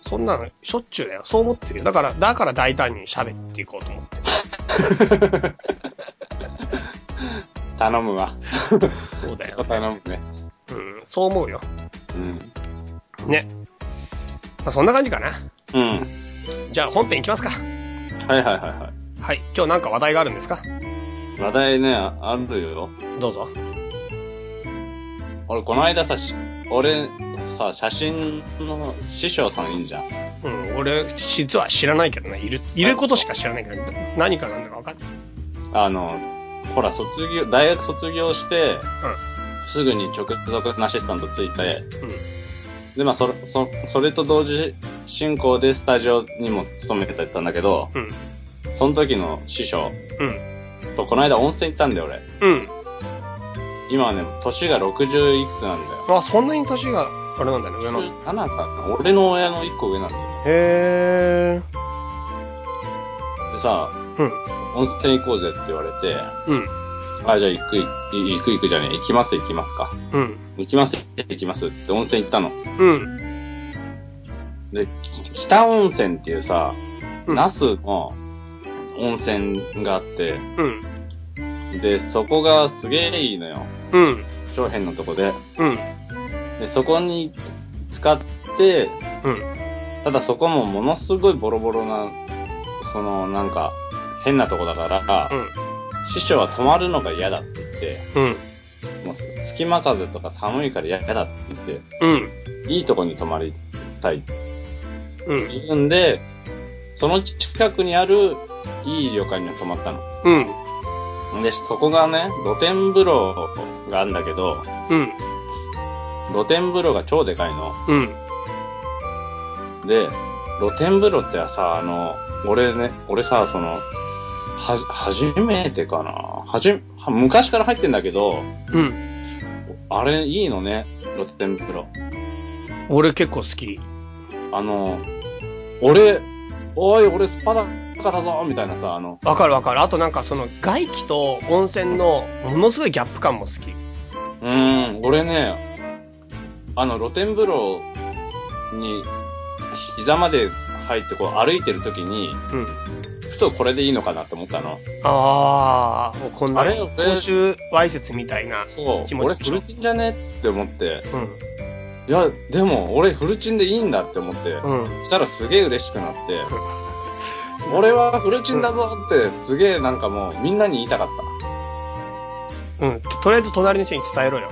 Speaker 1: そんなのしょっちゅうだよ。そう思ってるよ。だから、だから大胆に喋っていこうと思って。
Speaker 2: 頼むわ。
Speaker 1: そうだよ。
Speaker 2: 頼むね。
Speaker 1: うん、そう思うよ。
Speaker 2: うん。
Speaker 1: ね。まあ、そんな感じかな。
Speaker 2: うん。
Speaker 1: じゃあ本編いきますか。
Speaker 2: はいはいはいは
Speaker 1: はい。今日なんか話題があるんですか
Speaker 2: い。話題ね、ああるよ。
Speaker 1: どうぞ。
Speaker 2: 俺、この間さ、し俺、さ、写真の師匠さんいいんじゃん。
Speaker 1: うん、俺、実は知らないけどね。いる、いることしか知らないけど、何かなんだかわかんない。
Speaker 2: あの、ほら、卒業、大学卒業して、すぐに直属のアシスタントついて、で、まあ、それ、そ、それと同時進行でスタジオにも勤めてたんだけど、
Speaker 1: うん、うん、
Speaker 2: その時の師匠
Speaker 1: うん、
Speaker 2: と、この間温泉行ったんだよ、俺。
Speaker 1: うん。
Speaker 2: 今はね、年が60いくつなんだよ。
Speaker 1: あ、そんなに年が、あれなんだね、上の。へ
Speaker 2: 7かな俺の親の1個上なんだよ。
Speaker 1: え。
Speaker 2: でさ、
Speaker 1: うん、
Speaker 2: 温泉行こうぜって言われて、
Speaker 1: うん、
Speaker 2: あ、じゃあ行く、い行く行くじゃねえ、行きます行きますか。
Speaker 1: うん、
Speaker 2: 行きます行きますっつって温泉行ったの。
Speaker 1: うん、
Speaker 2: で、き北温泉っていうさ、
Speaker 1: うん
Speaker 2: 那須の温泉があって、
Speaker 1: うん、
Speaker 2: で、そこがすげえいいのよ。
Speaker 1: うん、
Speaker 2: 長辺のとこで。
Speaker 1: うん、
Speaker 2: で、そこに使って、
Speaker 1: うん、
Speaker 2: ただそこもものすごいボロボロな、そのなんか、変なとこだから、
Speaker 1: うん
Speaker 2: 師匠は泊まるのが嫌だって言って、
Speaker 1: うん、
Speaker 2: もう隙間風とか寒いから嫌だって言っ
Speaker 1: うん、
Speaker 2: て、いいとこに泊まりたいって
Speaker 1: うん、
Speaker 2: 言うんで、その近くにあるいい旅館に泊まったの。
Speaker 1: うん、
Speaker 2: で、そこがね、露天風呂があるんだけど、
Speaker 1: うん、
Speaker 2: 露天風呂が超でかいの。
Speaker 1: うん、
Speaker 2: で、露天風呂ってさ、あの、俺ね、俺さ、その、はじ、初めてかな。はじ、は昔から入ってんだけど、
Speaker 1: うん。
Speaker 2: あれいいのね、露天風呂。
Speaker 1: 俺結構好き。
Speaker 2: あの、俺、おい、俺スパだからぞ、みたいなさ、あの、
Speaker 1: わかるわかる。あとなんかその外気と温泉のものすごいギャップ感も好き。
Speaker 2: うーん、俺ね、あの、露天風呂に、膝まで入ってこう歩いてる時に、
Speaker 1: うん。
Speaker 2: ふとこれでいいのかなって思ったの。
Speaker 1: ああ、もうこんな
Speaker 2: あれ
Speaker 1: 公衆わいせつみたいな。
Speaker 2: そう
Speaker 1: 気、持
Speaker 2: 俺
Speaker 1: ちでしょ
Speaker 2: フルチンじゃねって思って。
Speaker 1: うん、
Speaker 2: いや、でも俺フルチンでいいんだって思って。
Speaker 1: うん。
Speaker 2: したらすげえ嬉しくなって。俺はフルチンだぞってすげえなんかもうみんなに言いたかっ
Speaker 1: うん、ととりあえず隣の人に伝えろよ。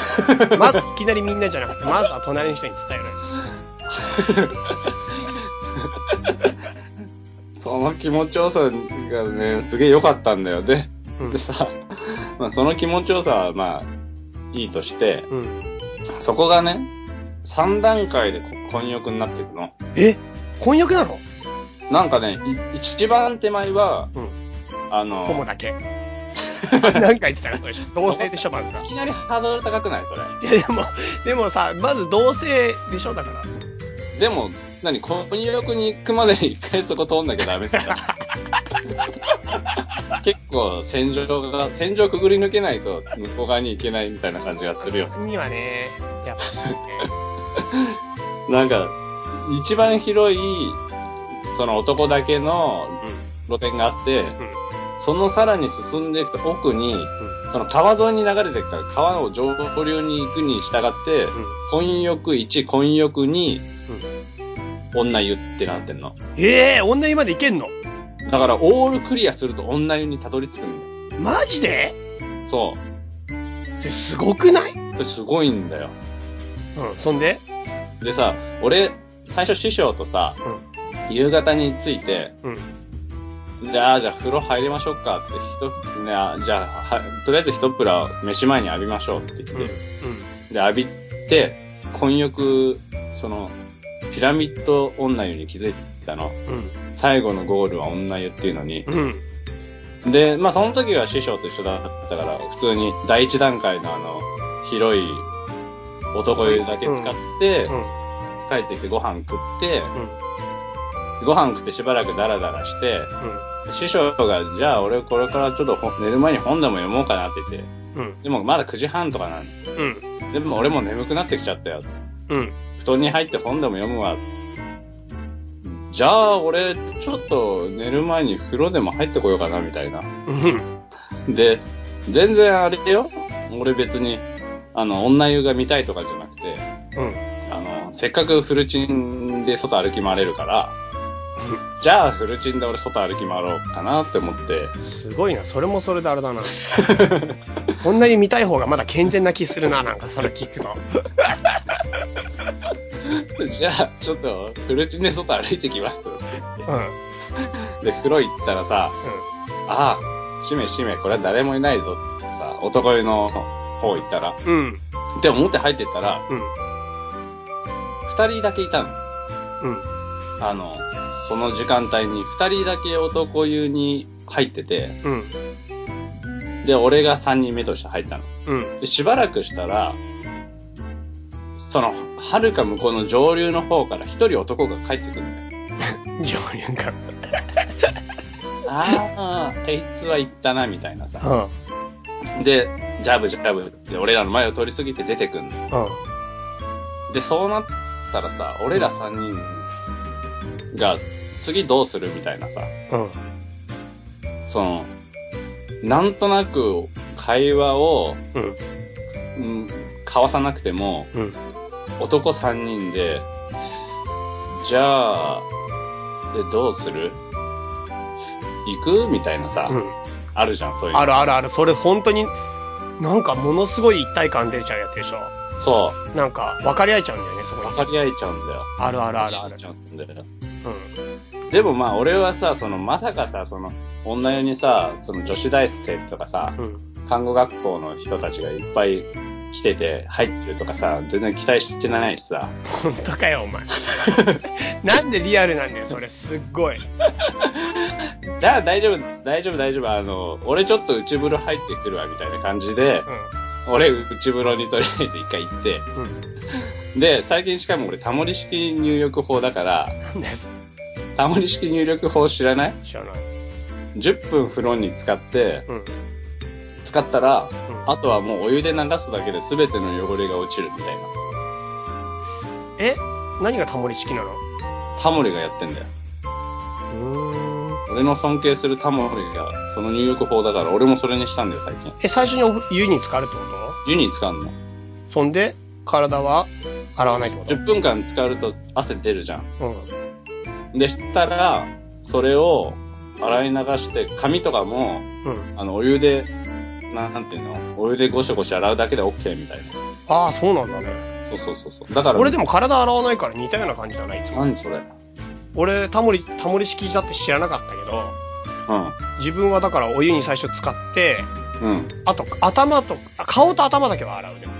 Speaker 1: (laughs) まずいきなりみんなじゃなくて、まずは隣の人に伝えろよ。
Speaker 2: た。その気持ちよさがね、すげえ良かったんだよ。で、
Speaker 1: うん
Speaker 2: でさ、 (laughs) まあその気持ちよさはまあ、いいとして、
Speaker 1: うん。
Speaker 2: そこがね、3段階でこ混浴になっていくの。
Speaker 1: え婚約なの
Speaker 2: なんかね、い一番手前は、
Speaker 1: うん
Speaker 2: あ
Speaker 1: ホモ (laughs)
Speaker 2: の、
Speaker 1: だけ。何回言ってたらそうでしょ。同性でしょ、まずは。
Speaker 2: いきなりハードル高くないそれ。
Speaker 1: いや、でも、でもさ、まず同性でしょ、だから。
Speaker 2: でも、何、混浴に行くまでに一回そこ通んなきゃダメだよ。
Speaker 1: (laughs)
Speaker 2: 結構、戦場が、戦場くぐり抜けないと、向こう側に行けないみたいな感じがするよ。
Speaker 1: にはね、やっぱね。
Speaker 2: (laughs) なんか、一番広い、その男だけの
Speaker 1: う
Speaker 2: 露店があって、
Speaker 1: ん。
Speaker 2: そのさらに進んでいくと奥に、その川沿いに流れていくから、川を上流に行くに従って、
Speaker 1: うん。
Speaker 2: 混浴1、混浴2
Speaker 1: うん。
Speaker 2: 女湯ってなってんの。
Speaker 1: ええー、女湯まで行けんの
Speaker 2: だから、オールクリアすると女湯にたどり着くんだよ。
Speaker 1: マジで
Speaker 2: そ。
Speaker 1: それすごくないう
Speaker 2: それすごいんだよ。
Speaker 1: うん。そんで
Speaker 2: でさ、俺、最初師匠とさ、夕方に着いて、
Speaker 1: うん。
Speaker 2: で、あーじゃあ風呂入りましょうか、つって、ひと、ね、あーじゃあ、は、とりあえず一プラ飯前に浴びましょうって言
Speaker 1: うん。うん
Speaker 2: って、。で、浴びて、混浴、その、ピラミッド女湯に気づいたの。
Speaker 1: うん。
Speaker 2: 最後のゴールは女湯っていうのに。
Speaker 1: うん。
Speaker 2: で、まあその時は師匠と一緒だったから、普通に第一段階のあの、広い男湯だけ使って、
Speaker 1: うん。
Speaker 2: 帰ってきてご飯食って、
Speaker 1: うん。
Speaker 2: ご飯食ってしばらくダラダラして、
Speaker 1: うん。
Speaker 2: 師匠が、じゃあ俺これからちょっと本寝る前に本でも読もうかなって言って、
Speaker 1: うん。
Speaker 2: でもまだ9時半とかなんで
Speaker 1: うん。
Speaker 2: でも俺も眠くなってきちゃったよ。
Speaker 1: うん。
Speaker 2: 布団に入って本でも読むわ。じゃあ俺ちょっと寝る前に風呂でも入ってこようかなみたいな。
Speaker 1: うん。
Speaker 2: で、全然あれよ。俺別に、あの、女湯が見たいとかじゃなくて、
Speaker 1: うん。
Speaker 2: あの、せっかくフルチンで外歩き回れるから、 (laughs) じゃあフルチンで俺外歩き回ろうかなって思って、
Speaker 1: すごいな、それもそれであれだな。こんなに見たい方がまだ健全な気するな、なんかそれ聞くと。
Speaker 2: (laughs) じゃあちょっとフルチンで外歩いてきますって言っ
Speaker 1: うん。
Speaker 2: て。で、風呂行ったらさ、ああ、しめしめ、これは誰もいないぞってさ、男湯の方行ったら、
Speaker 1: うん。うん。
Speaker 2: でも思って入ってったら、
Speaker 1: うん。
Speaker 2: 二人だけいたの。
Speaker 1: うん。
Speaker 2: あの、その時間帯に二人だけ男湯に入ってて、
Speaker 1: うん。
Speaker 2: で、俺が三人目として入ったの。
Speaker 1: うん。
Speaker 2: で、しばらくしたら、その、はるか向こうの上流の方から一人男が帰ってくるんだよ。
Speaker 1: 上流か。
Speaker 2: ああ、あいつは行ったな、みたいなさ。
Speaker 1: うん。
Speaker 2: で、ジャブジャブって俺らの前を通り過ぎて出てくんの。
Speaker 1: うん。
Speaker 2: で、そうなったらさ、俺ら三人が次どうするみたいなさ、
Speaker 1: うん。
Speaker 2: その、なんとなく会話を、
Speaker 1: うん。
Speaker 2: うん、交わさなくても、
Speaker 1: うん。
Speaker 2: 男三人で、じゃあ、で、どうする行くみたいなさ、
Speaker 1: うん。
Speaker 2: あるじゃん、そういうの
Speaker 1: あるあるある、それ本当に、なんかものすごい一体感出ちゃうやつでしょ。
Speaker 2: そ、
Speaker 1: なんか分かり合えちゃうんだよね、そうこに
Speaker 2: 分。かり合えちゃうんだよ。
Speaker 1: あるあるあるある
Speaker 2: 分。かり合えちゃうんだよ。
Speaker 1: うん。
Speaker 2: でもまあ俺はさ、そのまさかさ、その女湯にさ、その女子大生とかさ、
Speaker 1: うん。
Speaker 2: 看護学校の人たちがいっぱい来てて入ってるとかさ、全然期待してないしさ、
Speaker 1: 本当かよ、お前。 (laughs) なんでリアルなんだよ、それ。すっごい。
Speaker 2: じゃあ大丈夫、大丈夫、大丈夫、あの、俺ちょっと内風呂入ってくるわみたいな感じで、俺内風呂にとりあえず一回行って、
Speaker 1: うん。うん。
Speaker 2: で、最近しかも俺タモリ式入浴法だから、
Speaker 1: なんだよ、それ
Speaker 2: タモリ式入浴法知らない
Speaker 1: 知らない。
Speaker 2: ?10 分風呂に使って、
Speaker 1: うん。うん。
Speaker 2: 使ったら、あとはもうお湯で流すだけで全ての汚れが落ちるみたいな。
Speaker 1: え何がタモリ式なの
Speaker 2: タモリがやってんだよ。
Speaker 1: うーん。
Speaker 2: 俺の尊敬するタモリが、その入浴法だから、俺もそれにしたんだよ、最近。
Speaker 1: え、最初にお湯に浸かるってこと
Speaker 2: 湯に使うの。
Speaker 1: そんで、体は洗わないってこと
Speaker 2: 10分間使うと汗出るじゃん。
Speaker 1: うん。
Speaker 2: でしたら、それを洗い流して、髪とかも、
Speaker 1: うん。
Speaker 2: あの、お湯で、ななんていうのお湯でゴシゴシ洗うだけで OK みたいな。
Speaker 1: ああ、そうなんだね。
Speaker 2: そうそうそうそう。だから、
Speaker 1: 俺でも体洗わないから似たような感じじゃないいつも
Speaker 2: 何それ。うん。
Speaker 1: 俺、タモリ、タモリ式だって知らなかったけど、自分はだからお湯に最初使って、
Speaker 2: うん。
Speaker 1: あと、頭と、あ顔と頭だけは洗うでも。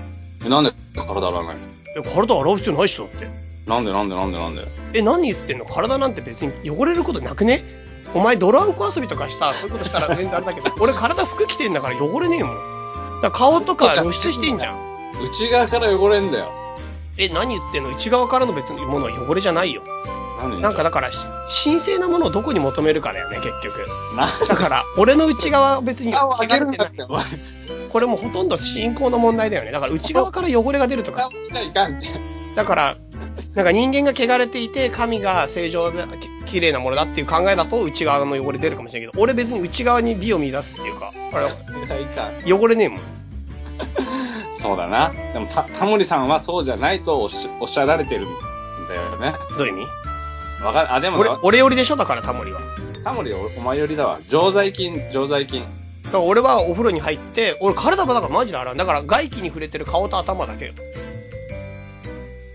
Speaker 2: えなんで体洗わないの
Speaker 1: え、体洗う必要ないっしょって。
Speaker 2: なんでなんでなんでなんで
Speaker 1: え、何言ってんの体なんて別に汚れることなくねお前泥あんこ遊びとかした、そういうことしたら全然あれだけ
Speaker 2: (laughs)
Speaker 1: ど、俺体服着てんだから汚れねえもん。だから顔とか露出してんじゃん。
Speaker 2: 内側から汚れんだよ。
Speaker 1: え、何言ってんの内側からの別のものは汚れじゃないよ。
Speaker 2: 何
Speaker 1: なんかだから、し神聖なものをどこに求めるかだよね、結局。
Speaker 2: な、
Speaker 1: だから、俺の内側は別に
Speaker 2: 顔を上げるん
Speaker 1: 汚れて
Speaker 2: だ
Speaker 1: な
Speaker 2: っ
Speaker 1: い
Speaker 2: (laughs) て、お前。
Speaker 1: これもうほとんど信仰の問題だよね。だから内側から汚れが出るとか
Speaker 2: 顔。見たらいかんって。
Speaker 1: だから、なんか人間が汚れていて、神が正常で、き綺麗なものだっていう考えだと内側の汚れ出るかもしれないけど、俺別に内側に美を見出すっていうか、あれ
Speaker 2: いやいかん。
Speaker 1: 汚れねえもん。
Speaker 2: そうだな。でもた、タモリさんはそうじゃないとおっしおっしゃられてるんだよね。
Speaker 1: どういう意味
Speaker 2: わかあ、でも
Speaker 1: 俺、俺寄りでしょだからタモリは。
Speaker 2: タモリおお前寄りだわ。常在菌、常在菌。
Speaker 1: だから俺はお風呂に入って、俺体もだからマジで洗う。だから外気に触れてる顔と頭だけよ。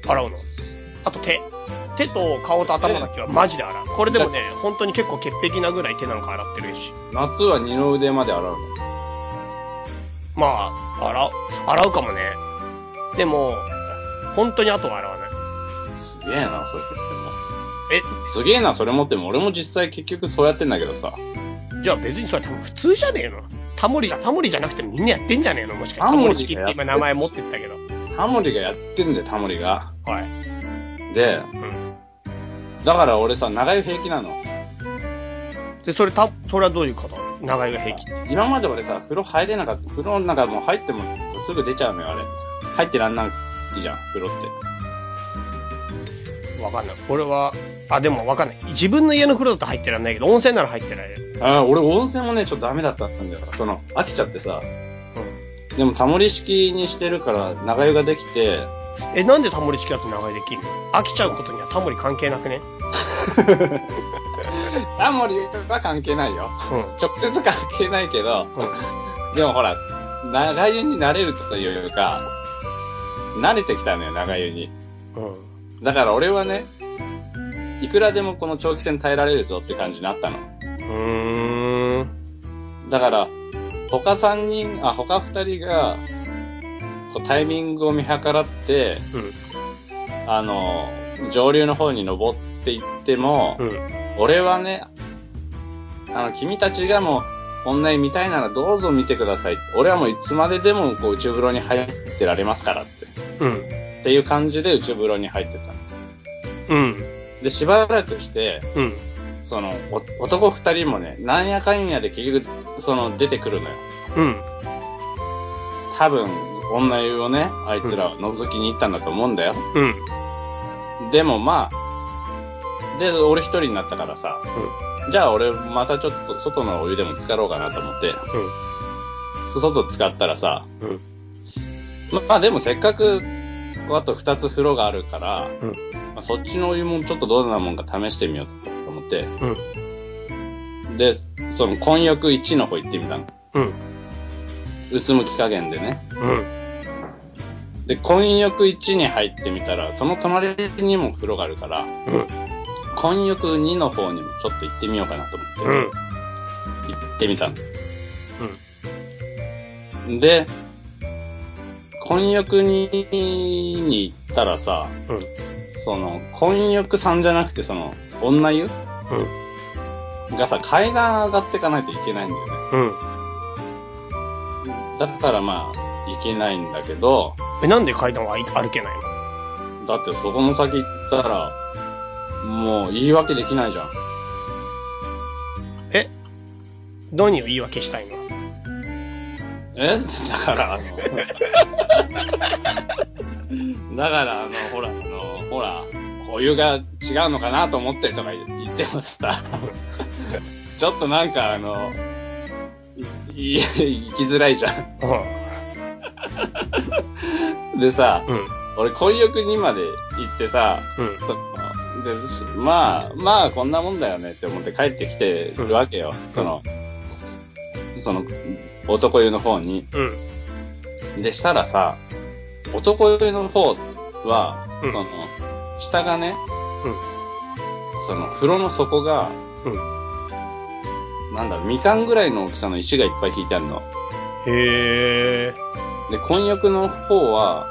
Speaker 1: 洗うの。あと手。手と顔と頭だけはマジで洗う。これでもね、本当に結構潔癖なぐらい手なんか洗ってるし。
Speaker 2: 夏は二の腕まで洗うの。
Speaker 1: まあ、洗う、洗うかもね。でも、本当に後は洗わない。
Speaker 2: すげえな、それ。
Speaker 1: え、
Speaker 2: すげえな、それ持っても、俺も実際結局そうやってんだけどさ。
Speaker 1: じゃあ別にそれ多分普通じゃねえのタモリがタモリじゃなくてもみんなやってんじゃねえのもしかしてタ
Speaker 2: タモリ
Speaker 1: モ
Speaker 2: が
Speaker 1: リ式って今名前持ってったけど。
Speaker 2: タモリがやってんだよ、タモリが。
Speaker 1: はい。
Speaker 2: で、
Speaker 1: うん。
Speaker 2: だから俺さ、長湯平気なの。
Speaker 1: で、それた、それはどういうこと長いが平気って。
Speaker 2: 今まで俺さ、風呂入れなかった。風呂の中もう入ってもすぐ出ちゃうのよ、あれ。入ってらんないじゃん、風呂って。
Speaker 1: わかんない。俺は、あ、でもわかんない。自分の家の風呂だと入ってらんないけど、温泉なら入ってられる。
Speaker 2: ああ、俺温泉もね、ちょっとダメだったんだよ。その、飽きちゃってさ。
Speaker 1: うん。
Speaker 2: でもタモリ式にしてるから、長湯ができて、
Speaker 1: え、なんでタモリ式だと長いできんの飽きちゃうことにはタモリ関係なくね
Speaker 2: タモリは関係ないよ。
Speaker 1: うん。
Speaker 2: 直接関係ないけど、
Speaker 1: う
Speaker 2: でもほら、長湯になれるというか、慣れてきたのよ、長湯に。
Speaker 1: ん。うん。
Speaker 2: だから俺はね、いくらでもこの長期戦耐えられるぞって感じになったの。
Speaker 1: うーん。
Speaker 2: だから、他3人、あ、他2人が、こうタイミングを見計らって、
Speaker 1: うん。
Speaker 2: あの、上流の方に登っていっても、
Speaker 1: うん。
Speaker 2: 俺はね、あの、君たちがもう、女に見たいならどうぞ見てください。俺はもういつまででもこう内風呂に入ってられますからって。
Speaker 1: うん。
Speaker 2: っていう感じで内風呂に入ってた。
Speaker 1: うん。
Speaker 2: で、しばらくして、
Speaker 1: うん。
Speaker 2: その、お男二人もね、なんやかんやで結局、その、出てくるのよ。
Speaker 1: うん。
Speaker 2: 多分、女湯をね、あいつらは覗きに行ったんだと思うんだよ。
Speaker 1: うん。
Speaker 2: でもまあ、で、俺一人になったからさ、じゃあ俺またちょっと外のお湯でも浸かろうかなと思って、外使ったらさ、
Speaker 1: うん。
Speaker 2: ままあでもせっかく、こうあと二つ風呂があるから、
Speaker 1: うん
Speaker 2: まあ、そっちのお湯もちょっとどんなもんか試してみようと思って、
Speaker 1: うん。
Speaker 2: で、その混浴1の方行ってみたの。
Speaker 1: うん。
Speaker 2: うつむき加減でね。
Speaker 1: うん。
Speaker 2: で、混浴1に入ってみたら、その隣にも風呂があるから、
Speaker 1: うん。
Speaker 2: 混浴2の方にもちょっと行ってみようかなと
Speaker 1: う
Speaker 2: 思
Speaker 1: ん
Speaker 2: って、。行ってみたの。で、混浴にに行ったらさ、
Speaker 1: うん
Speaker 2: その、混浴さんじゃなくて、その、女湯がさ、階段上がっていかないといけないんだよね。
Speaker 1: うん。
Speaker 2: だったらまあ、いけないんだけど、
Speaker 1: え、なんで階段は歩けないの
Speaker 2: だってそこの先行ったら、もう言い訳できないじゃん。
Speaker 1: 何を言い訳したいの
Speaker 2: え (laughs) だから、あの、だから、あの、ほら、あの、ほら、お湯が違うのかなと思ってとか言ってました。 (laughs) ちょっとなんか、あの、いい行きづらいじゃん。でさ、
Speaker 1: うん。うん。
Speaker 2: 俺、混浴にまで行ってさ、
Speaker 1: うん。
Speaker 2: そのでまあ、まあ、こんなもんだよねって思って帰ってきてるわけよ。その、その、男湯の方に。
Speaker 1: うん。
Speaker 2: で、したらさ、男湯の方は、
Speaker 1: うん
Speaker 2: その、下がね、
Speaker 1: うん
Speaker 2: その、風呂の底が、
Speaker 1: う
Speaker 2: なんだろう、みかんぐらいの大きさの石がいっぱい引いてあるの。
Speaker 1: へえ。
Speaker 2: で、混浴の方は、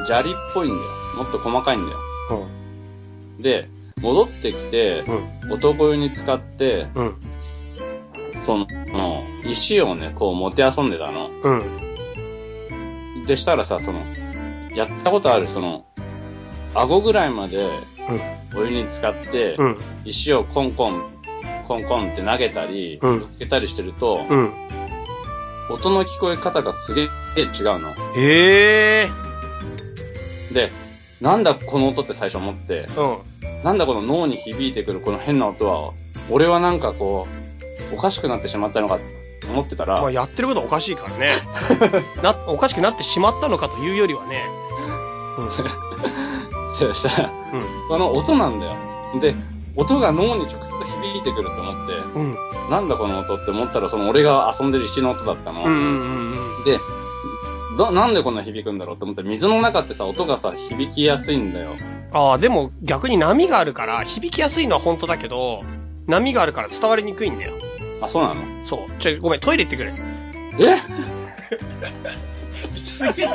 Speaker 1: う
Speaker 2: 砂利っぽいんだよ。もっと細かいんだよ。
Speaker 1: ん。うん。
Speaker 2: で、戻ってきて、男湯に使って、
Speaker 1: うん。
Speaker 2: その、石をね、こう、持て遊んでたの。
Speaker 1: うん。
Speaker 2: でしたらさ、その、やったことある、その、顎ぐらいまで、お湯に使って、
Speaker 1: うん。
Speaker 2: 石をコンコン、コンコンって投げたり、
Speaker 1: うん
Speaker 2: ぶつけたりしてると、
Speaker 1: うん。
Speaker 2: 音の聞こえ方がすげえ違うの。
Speaker 1: へえ。
Speaker 2: で、なんだこの音って最初思って、
Speaker 1: うん。
Speaker 2: なんだこの脳に響いてくるこの変な音は、俺はなんかこう、おかしくなってしまったのかって思ってたら、
Speaker 1: まあ、やってることはおかしいからね。な、おかしくなってしまったのかというよりはね。
Speaker 2: そしたら、
Speaker 1: うん。
Speaker 2: その音なんだよ。で、音が脳に直接響いてくると思って、
Speaker 1: うん。うん。
Speaker 2: なんだこの音って思ったら、その俺が遊んでる石の音だったの。
Speaker 1: うん。うん。うん。
Speaker 2: で、ど、なんでこんな響くんだろうと思って、水の中ってさ、音がさ、響きやすいんだよ。
Speaker 1: ああ、でも逆に波があるから、響きやすいのは本当だけど、波があるから伝わりにくいんだよ。
Speaker 2: あ、そうなの
Speaker 1: そう。ちょ、ごめん、トイレ行ってくれ。
Speaker 2: え
Speaker 1: すげえ。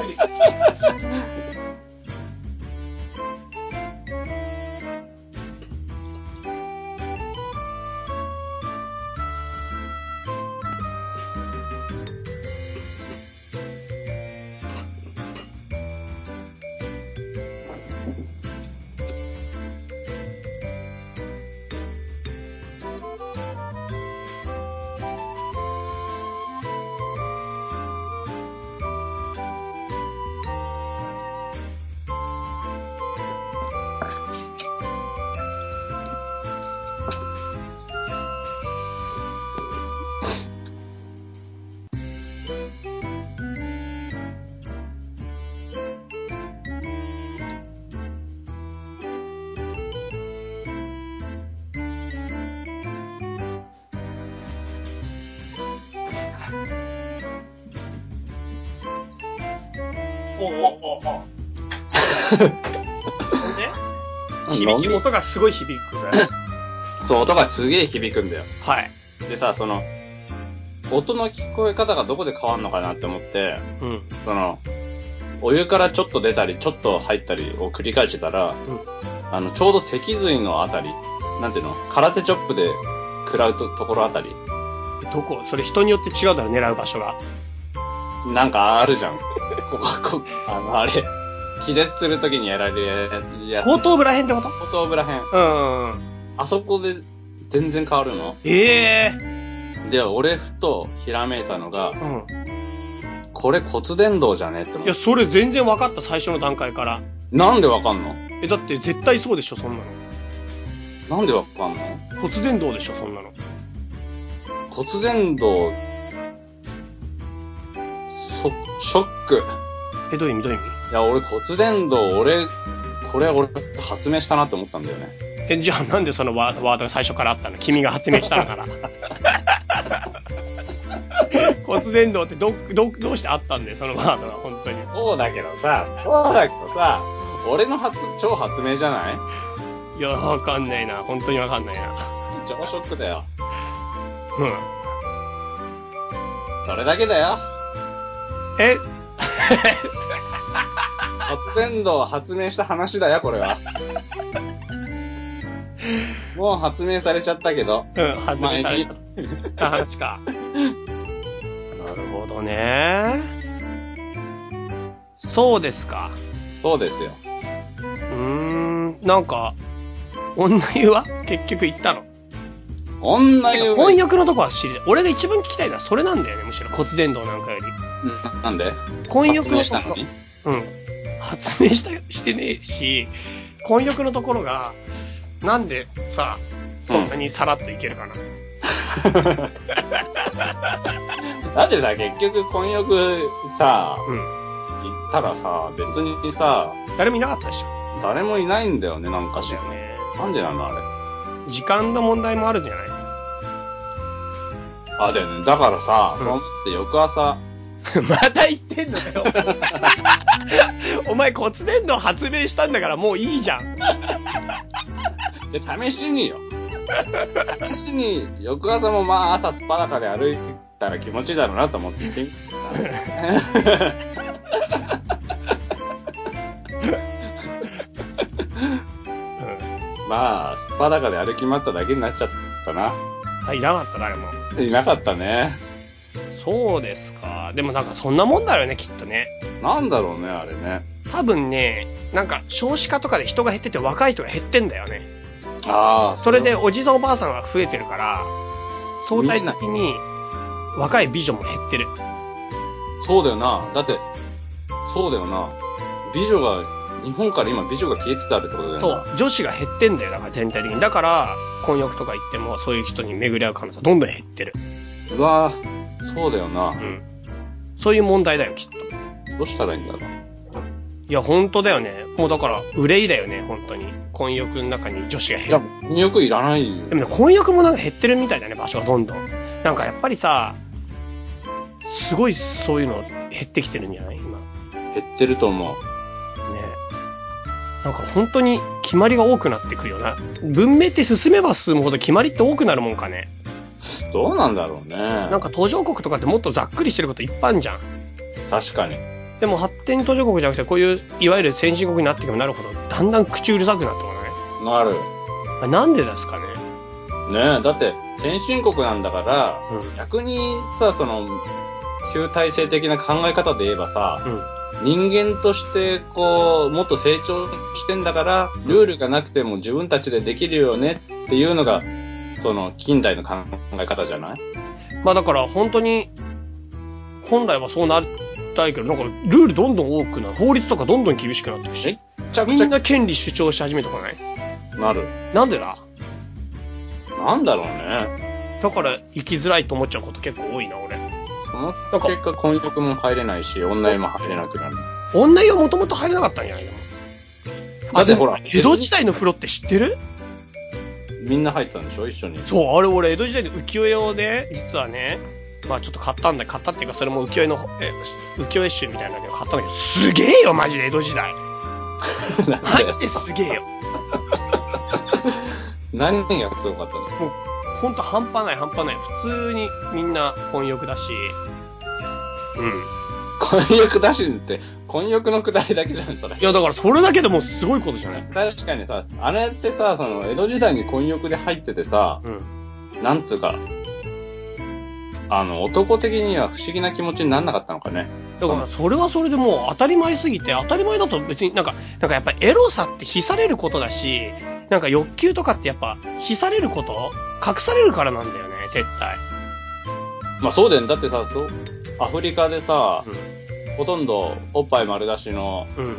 Speaker 1: おおおほんで響き音がすごい響くぐらい。
Speaker 2: そう、音がすげえ響くんだよ。
Speaker 1: はい。
Speaker 2: でさ、その、音の聞こえ方がどこで変わるのかなって思って、
Speaker 1: うん。
Speaker 2: その、お湯からちょっと出たり、ちょっと入ったりを繰り返してたら、
Speaker 1: うん
Speaker 2: あの、ちょうど脊髄のあたり、なんていうの、空手チョップで食らうとところあたり、
Speaker 1: どこそれ人によって違うだろ、狙う場所が。
Speaker 2: なんかある
Speaker 1: (laughs)
Speaker 2: じゃん。ここ、こあの、あれ、気絶するときにやられるやつ。
Speaker 1: 後頭部らへんってこと
Speaker 2: 後頭部らへん。
Speaker 1: うんうんうん。
Speaker 2: あそこで全然変わるの
Speaker 1: ええ
Speaker 2: で、俺ふとひらめいたのが、
Speaker 1: うん。
Speaker 2: これ骨伝導じゃねって思っ
Speaker 1: いや、
Speaker 2: て。
Speaker 1: それ全然分かった、最初の段階から。
Speaker 2: なんでわかんの
Speaker 1: え、だって絶対そうでしょ、そんなの。
Speaker 2: なんでわかんの
Speaker 1: 骨伝導でしょ、そんなの。
Speaker 2: 骨伝導、そ、ショック。
Speaker 1: え、どういう意味どういう意味
Speaker 2: いや、俺骨伝導、俺、これ俺発明したなって思ったんだよね。
Speaker 1: え、じゃあなんでそのワーワードが最初からあったの君が発明したのなら。骨伝導ってど、ど、どうしてあったんだよ、そのワードが、本当に。
Speaker 2: そうだけどさ、そうだけどさ、俺の発、超発明じゃない
Speaker 1: いや、わかんないな。本当にわかんないな。
Speaker 2: 超ショックだよ。
Speaker 1: うん。
Speaker 2: それだけだよ。
Speaker 1: え、
Speaker 2: 骨伝導を発明した話だよ、これ (laughs) は。もう発明されちゃったけど。
Speaker 1: うん、発明された話か。なるほどね。そうですか。
Speaker 2: そうですよ。
Speaker 1: うーん、なんか、女湯は結局行ったの。
Speaker 2: 女
Speaker 1: てか
Speaker 2: 優
Speaker 1: 翻訳のとこは知りたい。俺が一番聞きたいのはそれなんだよね、むしろ骨伝導なんかより。
Speaker 2: うんなんで
Speaker 1: 婚
Speaker 2: 発
Speaker 1: 約の
Speaker 2: 明
Speaker 1: と
Speaker 2: し
Speaker 1: こ
Speaker 2: た
Speaker 1: ろ
Speaker 2: のに
Speaker 1: うん。発明した、してねえし、婚約のところが、なんでさ、そんなにさらっといけるかな。
Speaker 2: だってさ、結局、婚欲さ、
Speaker 1: うん。
Speaker 2: 行ったらさ、別にさ、
Speaker 1: 誰もいなかったでしょ。
Speaker 2: 誰もいないんだよね、なんかし
Speaker 1: だ
Speaker 2: ら
Speaker 1: よ。ね。
Speaker 2: なんでなんだ、あ
Speaker 1: 時間の問題もあるんじゃない
Speaker 2: れ。あ、だよね。だからさ、
Speaker 1: うん
Speaker 2: そう思って翌朝、
Speaker 1: (laughs) また言ってんのよ。 (laughs) お前骨伝導発明したんだからもういいじゃん。
Speaker 2: で、試しによ。試しに、翌朝もまあ朝スパラカで歩いたら気持ちいいだろうなと思って行ってみ
Speaker 1: (laughs)
Speaker 2: た。まあ、スパラカで歩き回っただけになっちゃったな。
Speaker 1: はい、いなかった、誰も。
Speaker 2: いなかったね。
Speaker 1: そうですか。でもなんかそんなもんだよね、きっとね。
Speaker 2: なんだろうね、あれね。
Speaker 1: 多分ね、なんか少子化とかで人が減ってて若い人が減ってんだよね。
Speaker 2: ああ、
Speaker 1: それでおじいさんおばあさんが増えてるから、相対的に若い美女も減ってる。
Speaker 2: そうだよな。だって、そうだよな。美女が、日本から今美女が消えつつあるってことだよな。
Speaker 1: そう。女子が減ってんだよ、だから全体的に。だから、婚約とか行ってもそういう人に巡り合う可能性はどんどん減ってる。
Speaker 2: うわぁ、そうだよな
Speaker 1: う。ん。そういう問題だよ、きっと。
Speaker 2: どうしたらいいんだろう。
Speaker 1: いや、本当だよね。もうだから、憂いだよね、本当に。婚欲の中に女子が減
Speaker 2: じゃ
Speaker 1: る。
Speaker 2: あ、入浴いらないよ。
Speaker 1: でもね、婚約もなんか減ってるみたいだね、場所がどんどん。なんかやっぱりさ、すごいそういうの減ってきてるんじゃない今。ね。
Speaker 2: 減ってると思う。
Speaker 1: なんか本当に決まりが多くなってくるよな。文明って進めば進むほど決まりって多くなるもんかね。
Speaker 2: どうなんだろうね。
Speaker 1: なんか途上国とかってもっとざっくりしてることいっぱいあんじゃん。
Speaker 2: 確かに。
Speaker 1: でも発展途上国じゃなくて、こういう、いわゆる先進国になっていけばなるほど、だんだん口うるさくなってこない
Speaker 2: なる。
Speaker 1: あなんでですかね
Speaker 2: ねえ、だって、先進国なんだから、
Speaker 1: うん。
Speaker 2: 逆にさ、その、旧体制的な考え方で言えばさ、
Speaker 1: うん。
Speaker 2: 人間として、こう、もっと成長してんだから、ルールがなくても自分たちでできるよねっていうのが、その、近代の考え方じゃない
Speaker 1: まあだから本当に、本来はそうなりたいけど、なんかルールどんどん多くなる。法律とかどんどん厳しくなってるし。
Speaker 2: めちゃく
Speaker 1: み
Speaker 2: ち
Speaker 1: ん
Speaker 2: ゃ
Speaker 1: な権利主張し始めてこない
Speaker 2: なる。
Speaker 1: なんでだ
Speaker 2: なんだろうね。
Speaker 1: だから生きづらいと思っちゃうこと結構多いな、俺。
Speaker 2: そ
Speaker 1: な
Speaker 2: の
Speaker 1: んか
Speaker 2: 結果、婚約も入れないし、女湯も入れなくなる。
Speaker 1: 女湯はもともと入れなかったんじゃないの
Speaker 2: だってほら
Speaker 1: あでも江戸時代の風呂って知ってる
Speaker 2: みんな入ってたんでしょ一緒に。
Speaker 1: そう、あれ俺江戸時代で浮世絵をね、実はね、まあちょっと買ったんだ、買ったっていうか、それも浮世絵の、え、浮世絵集みたいなんだけど、買ったんだけど、すげえよ、マジで、江戸時代。
Speaker 2: (laughs) なん
Speaker 1: マ
Speaker 2: で
Speaker 1: ジですげえよ。
Speaker 2: 何が強かったんです
Speaker 1: ほんと半端ない、半端ない。普通にみんな混浴だし、うん。
Speaker 2: か混浴だしって、混浴のくだりだけじゃん、それ
Speaker 1: い。や、だからそれだけでもすごいことじゃない
Speaker 2: 確かにさ、あれってさ、その、江戸時代に混浴で入っててさ、
Speaker 1: うん。
Speaker 2: なんつうか、あの、男的には不思議な気持ちになんなかったのかね。
Speaker 1: だからそれはそれでもう当たり前すぎて、当たり前だと別になんか、なんかやっぱエロさって非されることだし、なんか欲求とかってやっぱ非されること隠されるからなんだよね、絶対。
Speaker 2: まあそうだよね。だってさ、そう、アフリカでさ、
Speaker 1: う
Speaker 2: ほとんどおっぱい丸出しの、
Speaker 1: ん。うん。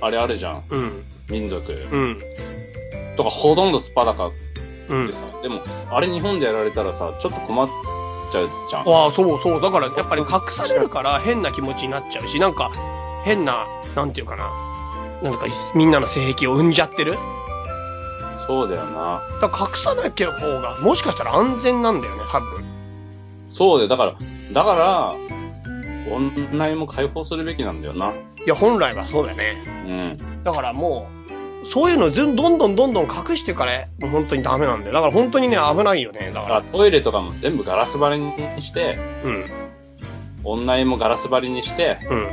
Speaker 2: あれあるじゃん。
Speaker 1: うん。
Speaker 2: 民族。
Speaker 1: うん。
Speaker 2: とか、ほとんどスパダカっ
Speaker 1: うん
Speaker 2: て。さ。でも、あれ日本でやられたらさ、ちょっと困っちゃうじゃん。
Speaker 1: ああ、そうそう。だからやっぱり隠されるから変な気持ちになっちゃうし、なんか変な、なんていうかな。なんかみんなの性癖を生んじゃってる
Speaker 2: そうだよな。
Speaker 1: だから隠さなきゃ方が、もしかしたら安全なんだよね、多分。
Speaker 2: そうで、だから、だから、女内も解放するべきなんだよな。
Speaker 1: いや、本来はそうだよね。
Speaker 2: うん。
Speaker 1: だからもう、そういうの全どんどんどんどん隠してから、もう本当にダメなんだよ。だから本当にね、危ないよね。だ
Speaker 2: だ
Speaker 1: か
Speaker 2: から
Speaker 1: ら。
Speaker 2: トイレとかも全部ガラス張りにして、
Speaker 1: うん。
Speaker 2: 女内もガラス張りにして、
Speaker 1: うん。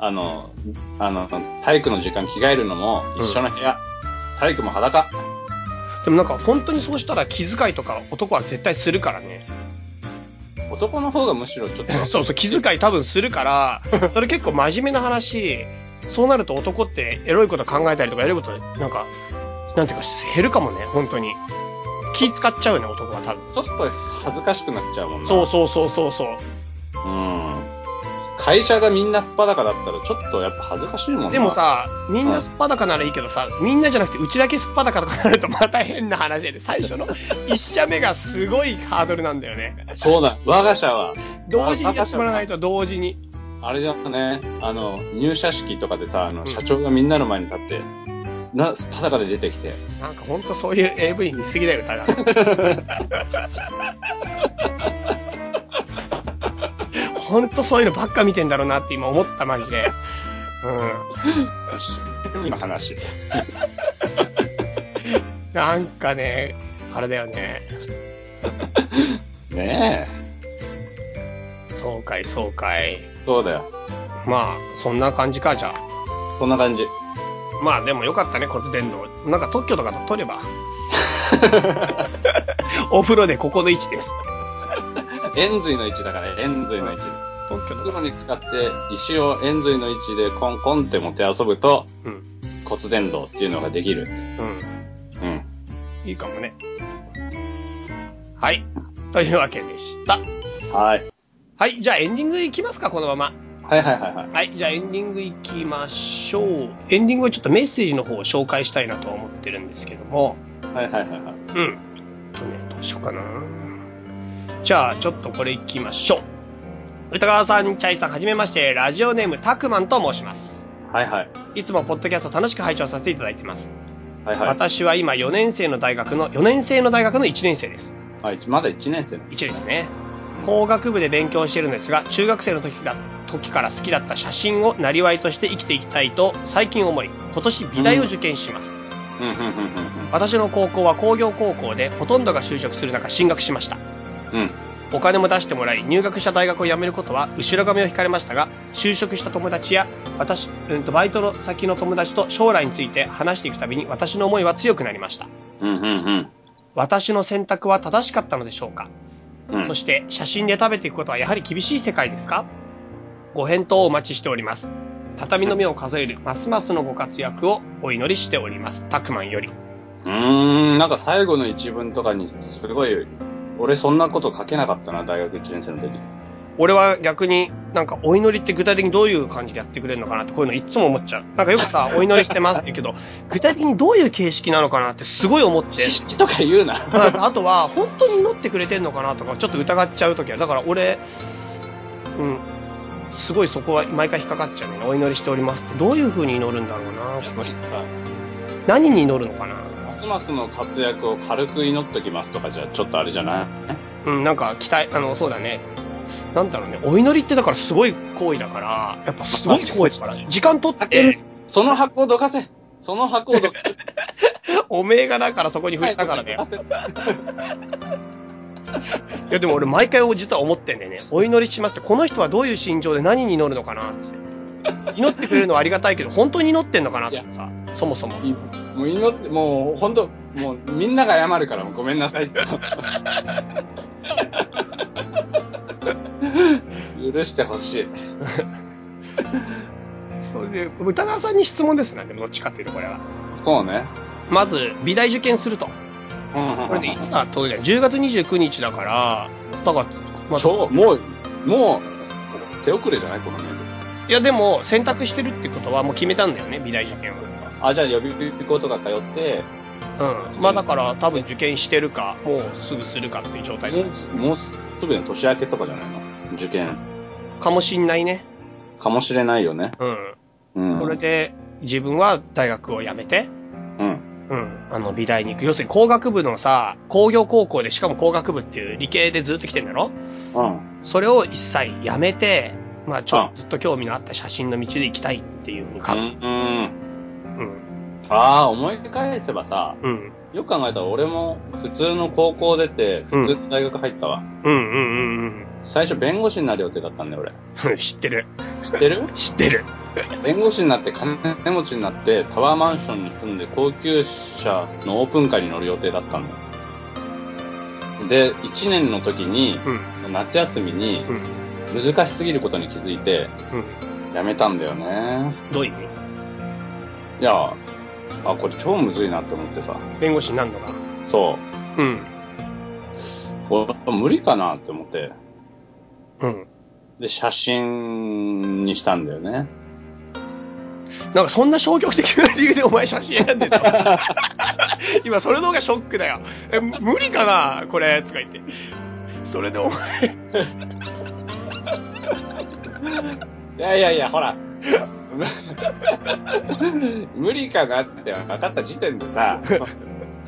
Speaker 2: あの、あの、体育の時間着替えるのも一緒の部屋。体育も裸。
Speaker 1: でもなんか本当にそうしたら気遣いとか男は絶対するからね。。
Speaker 2: 男の方がむしろちょっと
Speaker 1: (laughs) そうそう、気遣い多分するから、それ結構真面目な話、そうなると男ってエロいこと考えたりとかエロいこと、なんか、なんていうか減るかもね、本当に。気使っちゃうよね、男は多分。
Speaker 2: ちょっと恥ずかしくなっちゃうもんな。
Speaker 1: そうそうそうそうそう。
Speaker 2: うん。会社がみんなスパダカだったらちょっとやっぱ恥ずかしいもんな。
Speaker 1: でも、さ、みんなすっぱだかならいいけどさ、みんなじゃなくて、うちだけすっぱだかとかなるとまた変な話で、最初の一社目がすごいハードルなんだよね。
Speaker 2: そうだ。我が社は、
Speaker 1: 同時にやってもらわないと同時に。
Speaker 2: あれだったね、あの、入社式とかでさ、あ
Speaker 1: う
Speaker 2: の、
Speaker 1: ん
Speaker 2: 社長がみんなの前に立って、な、スパダカで出てきて、
Speaker 1: なんかほんとそういう AV 見すぎだよ、ただ。ほんとそういうのばっか見てんだろうなって今思った、マジで。う
Speaker 2: (laughs) 今話。
Speaker 1: ん。なんかね、あれだよね。
Speaker 2: ね
Speaker 1: そうかい、そうかい。
Speaker 2: え。そうだよ。
Speaker 1: まあ、そんな感じか、じゃあ。
Speaker 2: そんな感じ。
Speaker 1: まあでもよかったね、骨伝導。なんか特許とか取れば。お風呂でここの位置です。
Speaker 2: 円髄の位置だから、円髄の位置。
Speaker 1: 特許と
Speaker 2: 袋
Speaker 1: か。
Speaker 2: に使って、石を円髄の位置でコンコンって持って遊ぶと、
Speaker 1: うん
Speaker 2: 骨伝導っていうのができる。
Speaker 1: うん。
Speaker 2: うん。
Speaker 1: いいかもね。はい。というわけでした。
Speaker 2: はい。
Speaker 1: はい。じゃあエンディングいきますか、このまま。
Speaker 2: はいはいはいはい。
Speaker 1: はい。じゃあエンディングいきましょう。エンディングはちょっとメッセージの方を紹介したいなとは思ってるんですけども。
Speaker 2: はいはいはいはい。
Speaker 1: うん。とね、どうしようかな。じゃあ、ちょっとこれいきましょう。歌川さん、チャイさん、はじめまして、ラジオネーム、たくまんと申します。
Speaker 2: はいはい。
Speaker 1: いつもポッドキャスト楽しく拝聴させていただいてます。
Speaker 2: はいはい。
Speaker 1: 私は今4年生の大学の、4年生の大学の1年生です。
Speaker 2: あ、いつまだ1年生。
Speaker 1: 1ですね。工学部で勉強してるんですが、中学生の時が時から好きだった写真を生りとして生きていきたいと最近思い、今年美大を受験します。
Speaker 2: うん、うん、うん、
Speaker 1: 私の高校は工業高校で、ほとんどが就職する中進学しました。
Speaker 2: うん、うん。うん。
Speaker 1: お金も出してもらい入学した大学を辞めることは後ろ髪を引かれましたが就職した友達や私、うん、とバイトの先の友達と将来について話していくたびに私の思いは強くなりました
Speaker 2: うん、うん、うん。
Speaker 1: 私の選択は正しかったのでしょうか、
Speaker 2: うん
Speaker 1: そして写真で食べていくことはやはり厳しい世界ですかご返答をお待ちしております畳の目を数えるますますのご活躍をお祈りしておりますタクマンより
Speaker 2: うーん、なんか最後の一文とかにすごい、俺そんなこと書けなかったな、大学1年生の時。
Speaker 1: 俺は逆になんかお祈りって具体的にどういう感じでやってくれるのかなってこういうのいつも思っちゃう。なんかよくさ、お祈りしてますって言うけど、具体的にどういう形式なのかなってすごい思って。
Speaker 2: とか言う (laughs) な。
Speaker 1: ああとは、本当に祈ってくれてんのかなとか、ちょっと疑っちゃうときは、だから俺、うん、すごいそこは毎回引っかかっちゃうね。お祈りしておりますって、どういう風に祈るんだろうな、この人。何に祈るのかな。
Speaker 2: ますますの活躍を軽く祈っときますとかじゃ、ちょっとあれじゃない
Speaker 1: うん、なんか期待、あの、そうだね。なんだろうね、お祈りってだからすごい行為だから、やっぱすごい行為だから、時間取って、
Speaker 2: その箱をどかせその箱をど (laughs) かせ
Speaker 1: おめえがだからそこに触れたからだよ。いやでも俺毎回実は思ってんだよね。お祈りしますって、この人はどういう心情で何に祈るのかなって。祈ってくれるのはありがたいけど、本当に祈ってんのかなってさ、そもそも。
Speaker 2: もう祈って、もう本当、もうみんなが謝るから、もうごめんな (laughs) さい。許してほしい。
Speaker 1: そうで、歌川さんに質問ですなんで、どっちかっていうとこれは。
Speaker 2: そうね。
Speaker 1: まず、美大受験すると。
Speaker 2: うんうん
Speaker 1: これでいつだ当然、10月29日だから、だから、まあ
Speaker 2: 超、もう、もう、手遅れじゃないこのメール。
Speaker 1: いやでも、選択してるってことはもう決めたんだよね、美大受験は。
Speaker 2: あ、じゃあ予備校とか通って、
Speaker 1: うん。まあだから、多分受験してるか、もうすぐするかっていう状態
Speaker 2: もうす、もうすぐの年明けとかじゃないの受験。
Speaker 1: かもしんないね。
Speaker 2: かもしれないよね。
Speaker 1: うん。
Speaker 2: うん。
Speaker 1: それで、自分は大学を辞めて、
Speaker 2: うん。
Speaker 1: うん。あの、美大に行く。要するに工学部のさ、工業高校で、しかも工学部っていう理系でずっと来てんだろ
Speaker 2: うん。
Speaker 1: それを一切辞めて、まあちょっとずっと興味のあった写真の道で行きたいっていうの
Speaker 2: う
Speaker 1: か。うん。
Speaker 2: ん。うん。
Speaker 1: うん。
Speaker 2: ああ、思い返せばさ、
Speaker 1: うん。
Speaker 2: よく考えたら俺も普通の高校出て、普通の大学入ったわ。
Speaker 1: うんうんうん
Speaker 2: 最初弁護士になる予定だったんだよ、俺。
Speaker 1: うん。 (laughs) 知ってる。
Speaker 2: 知っ
Speaker 1: (laughs)
Speaker 2: てる
Speaker 1: 知ってる。
Speaker 2: 弁護士になって金持ちになって、タワーマンションに住んで高級車のオープンカーに乗る予定だったんだよ。で、1年の時に、
Speaker 1: うん。
Speaker 2: 夏休みに
Speaker 1: うん。
Speaker 2: 難しすぎることに気づいて、
Speaker 1: うん。
Speaker 2: やめたんだよね。
Speaker 1: どういう意味
Speaker 2: いや、あ、これ超むずいなって思ってさ。
Speaker 1: 弁護士になるのか。
Speaker 2: そ
Speaker 1: うん。
Speaker 2: う。これ無理かなって思って。
Speaker 1: うん。
Speaker 2: で、写真にしたんだよね。
Speaker 1: なんかそんな消極的な理由でお前写真選んでた (laughs) 今それの方がショックだよ。え、無理かなこれ、とか言って。それでお前、
Speaker 2: いやいやいや、ほら。無理かなって分かった時点でさ、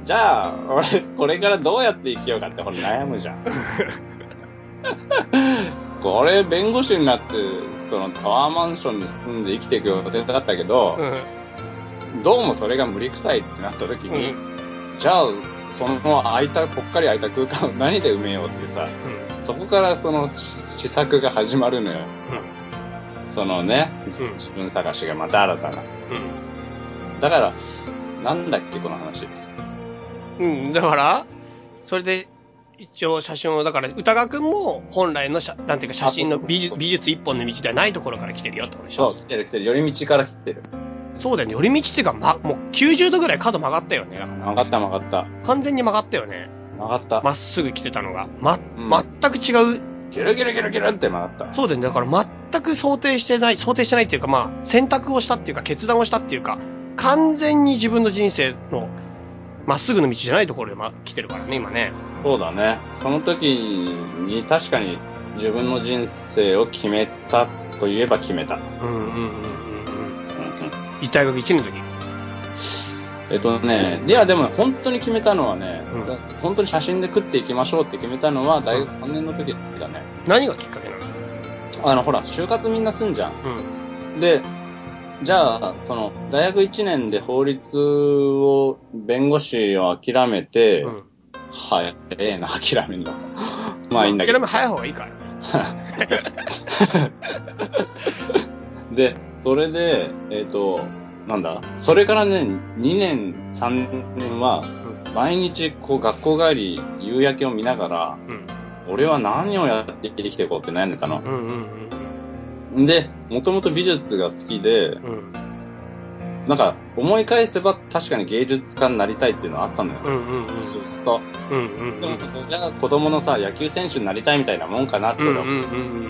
Speaker 2: じゃあ、俺、これからどうやって生きようかって、ほら、悩むじゃん。これ、弁護士になって、そのタワーマンションに住んで生きていく予定だったけど、どうもそれが無理臭いってなった時
Speaker 1: うん。うん。
Speaker 2: に、じゃあ、その空いた、ぽっかり空いた空間を何で埋めようっていうさ、そこからその試作が始まるのよ。そのね、
Speaker 1: うん
Speaker 2: 自分探しがまた新たな。だから、なんだっけ、この話。
Speaker 1: うん。うん。うん。だから、それで、一応写真を、だから、歌川くんも本来の写、なんていうか写真の美術美術一本の道ではないところから来てるよってことでし
Speaker 2: そ
Speaker 1: ょ
Speaker 2: う、来てる来てる。寄り道から来てる。
Speaker 1: そうだよね。寄り道っていうか、ま、もう90度ぐらい角曲がったよね。だか
Speaker 2: 曲がった曲がった。
Speaker 1: ら完全に曲がったよね。
Speaker 2: 曲がった。
Speaker 1: まっすぐ来てたのが。ま、
Speaker 2: うん
Speaker 1: 全く違う
Speaker 2: ギュルギュルギュルギュルって曲がった。
Speaker 1: そうだよね。だから全く想定してない、想定してないっていうか、まあ、選択をしたっていうか、決断をしたっていうか、完全に自分の人生の、まっすぐの道じゃないところで、ま、来てるからね、今ね。
Speaker 2: そうだね。その時に、確かに自分の人生を決めたといえば決めた。
Speaker 1: うんうんうんうん
Speaker 2: う
Speaker 1: うんん。
Speaker 2: うん
Speaker 1: 大学1年の時。
Speaker 2: えっとね、いやでも本当に決めたのはね、
Speaker 1: うん
Speaker 2: だ本当に写真で食っていきましょうって決めたのは大学3年の時だね。
Speaker 1: 何がきっかけなの
Speaker 2: あのほら、就活みんなすんじゃん。
Speaker 1: うん。
Speaker 2: で、じゃあ、その、大学1年で法律を、弁護士を諦めて、
Speaker 1: うん。
Speaker 2: 早えな、諦め
Speaker 1: (laughs)
Speaker 2: んの。まあいいんだけ
Speaker 1: 諦。
Speaker 2: ど
Speaker 1: め早い方がいいからね。
Speaker 2: で、それで、えっ、と、なんだそれからね、2年、3年は、毎日、こう、学校帰り、夕焼けを見ながら、
Speaker 1: うん。
Speaker 2: 俺は何をやって生きていこうって悩んでたの。
Speaker 1: うんうん
Speaker 2: で、もともと美術が好きで、
Speaker 1: うんうん。
Speaker 2: なんか、思い返せば確かに芸術家になりたいっていうのはあったのよ。
Speaker 1: うんうんうんうん。
Speaker 2: うすうすと。
Speaker 1: うんうん
Speaker 2: で
Speaker 1: うん
Speaker 2: も、それが子供のさ、野球選手になりたいみたいなもんかなって
Speaker 1: うんう
Speaker 2: 俺は思
Speaker 1: んうんうん。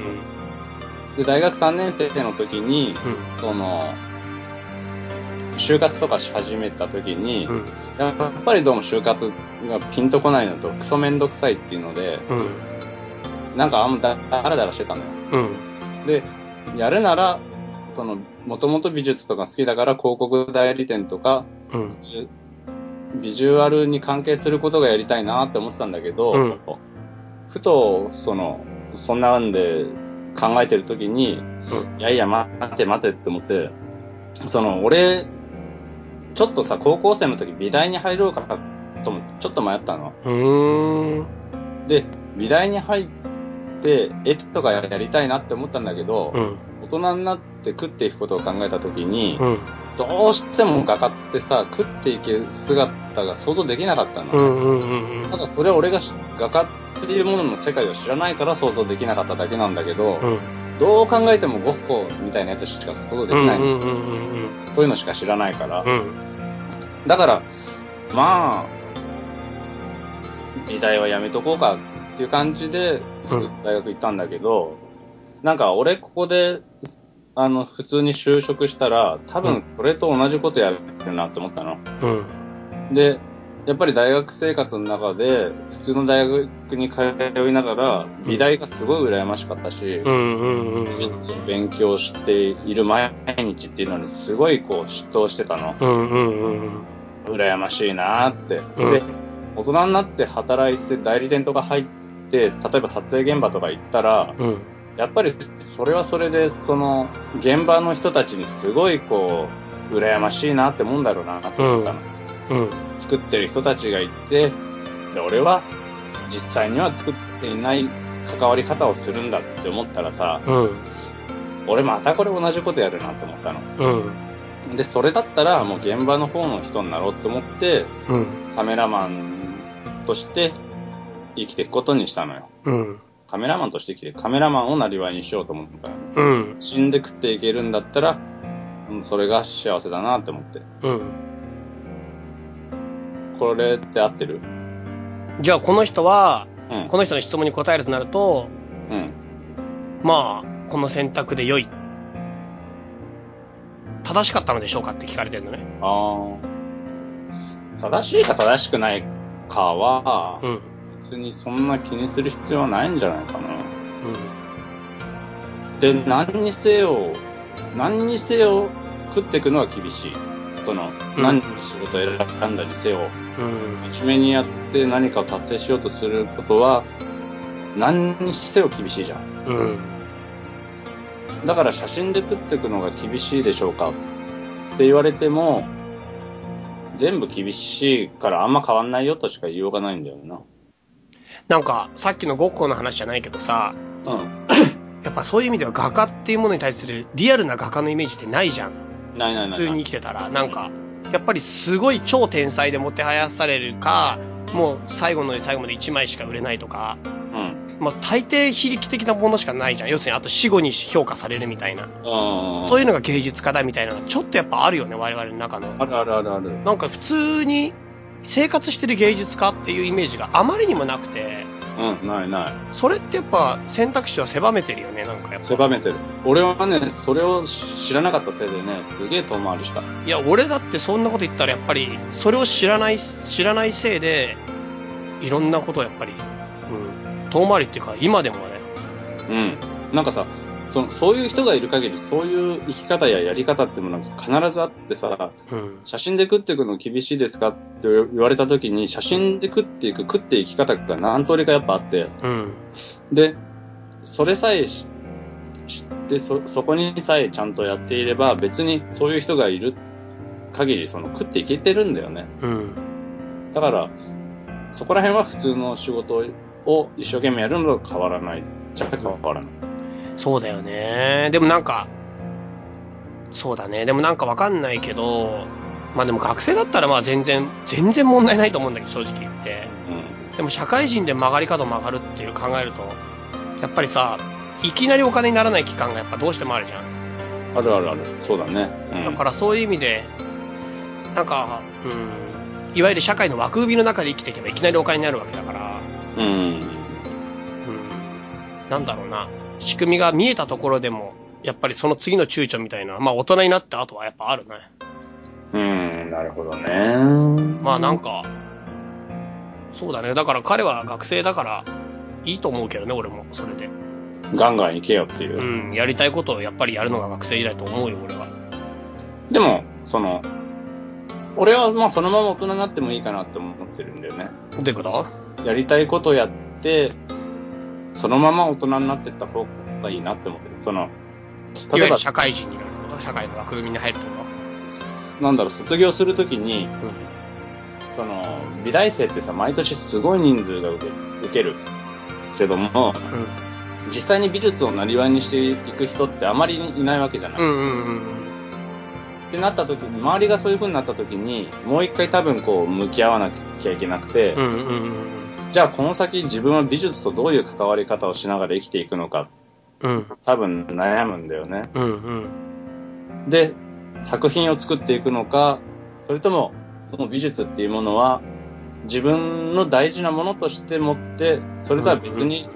Speaker 2: うで、大学3年生の時に、
Speaker 1: うん
Speaker 2: その、就活とかし始めた時に、
Speaker 1: うん
Speaker 2: やっぱりどうも就活がピンとこないのと、クソめんどくさいっていうので、
Speaker 1: うん
Speaker 2: なんかあんまだだらだらしてたのよ。
Speaker 1: うん
Speaker 2: で、やるなら、その、もともと美術とか好きだから広告代理店とか、
Speaker 1: うん
Speaker 2: ビジュアルに関係することがやりたいなって思ってたんだけど、
Speaker 1: うん
Speaker 2: ふと、その、そんなんで考えてる時に、いやいや、待って待ってって思って、その、俺、ちょっとさ、高校生の時美大に入ろうかとも、ちょっと迷ったの。
Speaker 1: うーん。
Speaker 2: で、美大に入って、絵とかやりたいなって思ったんだけど、
Speaker 1: うん。
Speaker 2: 大人になって食っていくことを考えた時に、
Speaker 1: うん。
Speaker 2: どうしても画家ってさ、食っていける姿が想像できなかったの。
Speaker 1: うん。うん。うん。
Speaker 2: ただそれは俺がし画家っていうものの世界を知らないから想像できなかっただけなんだけど、
Speaker 1: うん。
Speaker 2: どう考えてもゴッホみたいなやつしか想像できない、
Speaker 1: うんうんうん
Speaker 2: そういうのしか知らないから、
Speaker 1: うんうん。
Speaker 2: だからまあ美大はやめとこうかっていう感じで普通に大学行ったんだけど、なんか俺ここであの普通に就職したら多分これと同じことやるなって思ったの。
Speaker 1: うん。
Speaker 2: で、やっぱり大学生活の中で、普通の大学に通いながら、美大がすごい羨ましかったし
Speaker 1: う、んうんうんうん。うんうんうん
Speaker 2: 美術を勉強している毎日っていうのにすごいこう嫉妬してたの。
Speaker 1: うん
Speaker 2: 羨ましいなーって。
Speaker 1: うん
Speaker 2: で、大人になって働いて代理店とか入って、例えば撮影現場とか行ったら、
Speaker 1: うん。
Speaker 2: やっぱりそれはそれで、その、現場の人たちにすごいこう、羨ましいなってもんだろうなって思ったの。
Speaker 1: うん。
Speaker 2: 作ってる人たちがいて、で俺は実際には作っていない関わり方をするんだって思ったらさ、
Speaker 1: うん。
Speaker 2: 俺またこれ同じことやるなって思ったの。
Speaker 1: うん。
Speaker 2: で、それだったらもう現場の方の人になろうと思って、
Speaker 1: うん。
Speaker 2: カメラマンとして生きていくことにしたのよ。
Speaker 1: うん。
Speaker 2: カメラマンとして生きて、カメラマンをなりわいにしようと思ったの。
Speaker 1: うん。
Speaker 2: 死んで食っていけるんだったら、うんそれが幸せだなって思って。
Speaker 1: うん。
Speaker 2: これって合ってる
Speaker 1: じゃあこの人は、
Speaker 2: うん。
Speaker 1: この人の質問に答えるとなると、
Speaker 2: うん。
Speaker 1: まあ、この選択で良い。正しかったのでしょうかって聞かれてるのね。
Speaker 2: ああ。正しいか正しくないかは
Speaker 1: う、ん。
Speaker 2: 別にそんな気にする必要はないんじゃないかな。
Speaker 1: う
Speaker 2: で、何にせよ、何にせよ食っていくのは厳しい。その、
Speaker 1: うん
Speaker 2: 何の仕事を選んだにせよ、
Speaker 1: ん。
Speaker 2: 真面目にやって何かを達成しようとすることは、何にせよ厳しいじゃん。
Speaker 1: うん。うん。
Speaker 2: だから写真で食っていくのが厳しいでしょうかって言われても、全部厳しいからあんま変わんないよとしか言いようがないんだよな。
Speaker 1: なんか、さっきのゴッホの話じゃないけどさ、
Speaker 2: うん。
Speaker 1: やっぱそういう意味では画家っていうものに対するリアルな画家のイメージってないじゃん。
Speaker 2: ないないない。
Speaker 1: 普通に生きてたら、なんか、やっぱりすごい超天才でもてはやされるか、もう最後の最後まで1枚しか売れないとか、
Speaker 2: うん。
Speaker 1: まあ大抵悲劇的なものしかないじゃん。要するにあと死後に評価されるみたいな。
Speaker 2: うん。
Speaker 1: そういう
Speaker 2: う
Speaker 1: のが芸術家だみたいなのがちょっとやっぱあるよね、我々の中の。
Speaker 2: あるあるあるある。
Speaker 1: なんか普通に生活してる芸術家っていうイメージがあまりにもなくて、
Speaker 2: うん、ないない。
Speaker 1: それってやっぱ選択肢を狭めてるよね、なんかやっぱ。
Speaker 2: 狭めてる。俺はね、それを知らなかったせいでね、すげえ遠回りした。
Speaker 1: いや、俺だってそんなこと言ったらやっぱり、それを知らない、知らないせいで、いろんなことをやっぱり、うん、遠回りっていうか、今でもね、
Speaker 2: うん。なんかさ、そのそういう人がいる限り、そういう生き方ややり方ってものが必ずあってさ、
Speaker 1: うん、
Speaker 2: 写真で食っていくの厳しいですかって言われた時に、写真で食っていく、食っていき方が何通りかやっぱあって、
Speaker 1: うん、
Speaker 2: で、それさえし知ってそ、そこにさえちゃんとやっていれば、別にそういう人がいる限り、その食っていけてるんだよね。
Speaker 1: うん、
Speaker 2: だから、そこら辺は普通の仕事を一生懸命やるのと変わらない。じゃ変わらない。
Speaker 1: そうだよね。でもなんか、そうだね。でもなんかわかんないけど、まあでも学生だったらまあ全然、全然問題ないと思うんだけど、正直言って。でも社会人で曲がり角曲がるっていう考えると、やっぱりさ、いきなりお金にならない期間がやっぱどうしてもあるじゃん。
Speaker 2: うん。あるあるある。そうだね。うん。
Speaker 1: だからそういう意味で、なんか、うん、いわゆる社会の枠組みの中で生きていけばいきなりお金になるわけだから、
Speaker 2: うん。
Speaker 1: うん、なんだろうな、仕組みが見えたところでも、やっぱりその次の躊躇みたいな、まあ大人になった後はやっぱあるね。
Speaker 2: うん、なるほどね。
Speaker 1: まあなんか、そうだね。だから彼は学生だから、いいと思うけどね、俺も、それで。
Speaker 2: ガンガン行けよっていう。
Speaker 1: うん、やりたいことをやっぱりやるのが学生時代と思うよ、俺は。
Speaker 2: でも、その、俺はまあそのまま大人になってもいいかなって思ってるんだよね。
Speaker 1: どういうこと
Speaker 2: やりたいことやって、そのまま大人になってった方がいいなって思ってる。その、
Speaker 1: いわ
Speaker 2: 例え
Speaker 1: ゆ
Speaker 2: ば
Speaker 1: る、社会人になるとか、社会の枠組みに入るとか。
Speaker 2: なんだろう、卒業するときに、
Speaker 1: うん
Speaker 2: その、美大生ってさ、毎年すごい人数が受け受けるけども、
Speaker 1: うん。
Speaker 2: 実際に美術を生りわいにしていく人ってあまりいないわけじゃない。
Speaker 1: うんうんうん
Speaker 2: ってなった時に、周りがそういう風になった時に、もう一回多分こう、向き合わなきゃいけなくて、
Speaker 1: うん。うんうんうん
Speaker 2: じゃあこの先自分は美術とどういう関わり方をしながら生きていくのか、
Speaker 1: うん。うん
Speaker 2: 多分悩むんだよね。
Speaker 1: うんうん。
Speaker 2: で、作品を作っていくのか、それとも、もう美術っていうものは、自分の大事なものとして持って、それとは別に、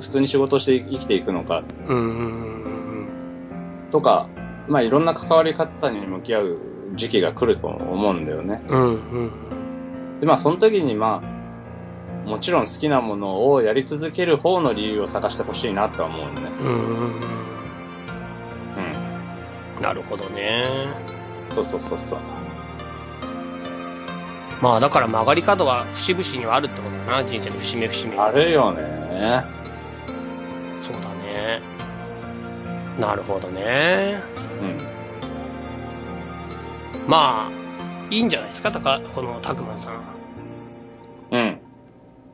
Speaker 2: 普通に仕事をして生きていくのか、
Speaker 1: うんうんうん
Speaker 2: とか、まあいろんな関わり方に向き合う時期が来ると思うんだよね。
Speaker 1: うん。うんうん
Speaker 2: で、まあその時にまあ、もちろん好きなものをやり続ける方の理由を探してほしいなとは思うよね。
Speaker 1: うん。うんうん
Speaker 2: うん。
Speaker 1: うん。なるほどね。
Speaker 2: そうそうそうそう。
Speaker 1: まあだから曲がり角は節々にはあるってことだな、人生の節目節目に。
Speaker 2: あるよね。
Speaker 1: そうだね。なるほどね。
Speaker 2: うん。
Speaker 1: まあ、いいんじゃないですか、たか、このたくまさん。
Speaker 2: うん。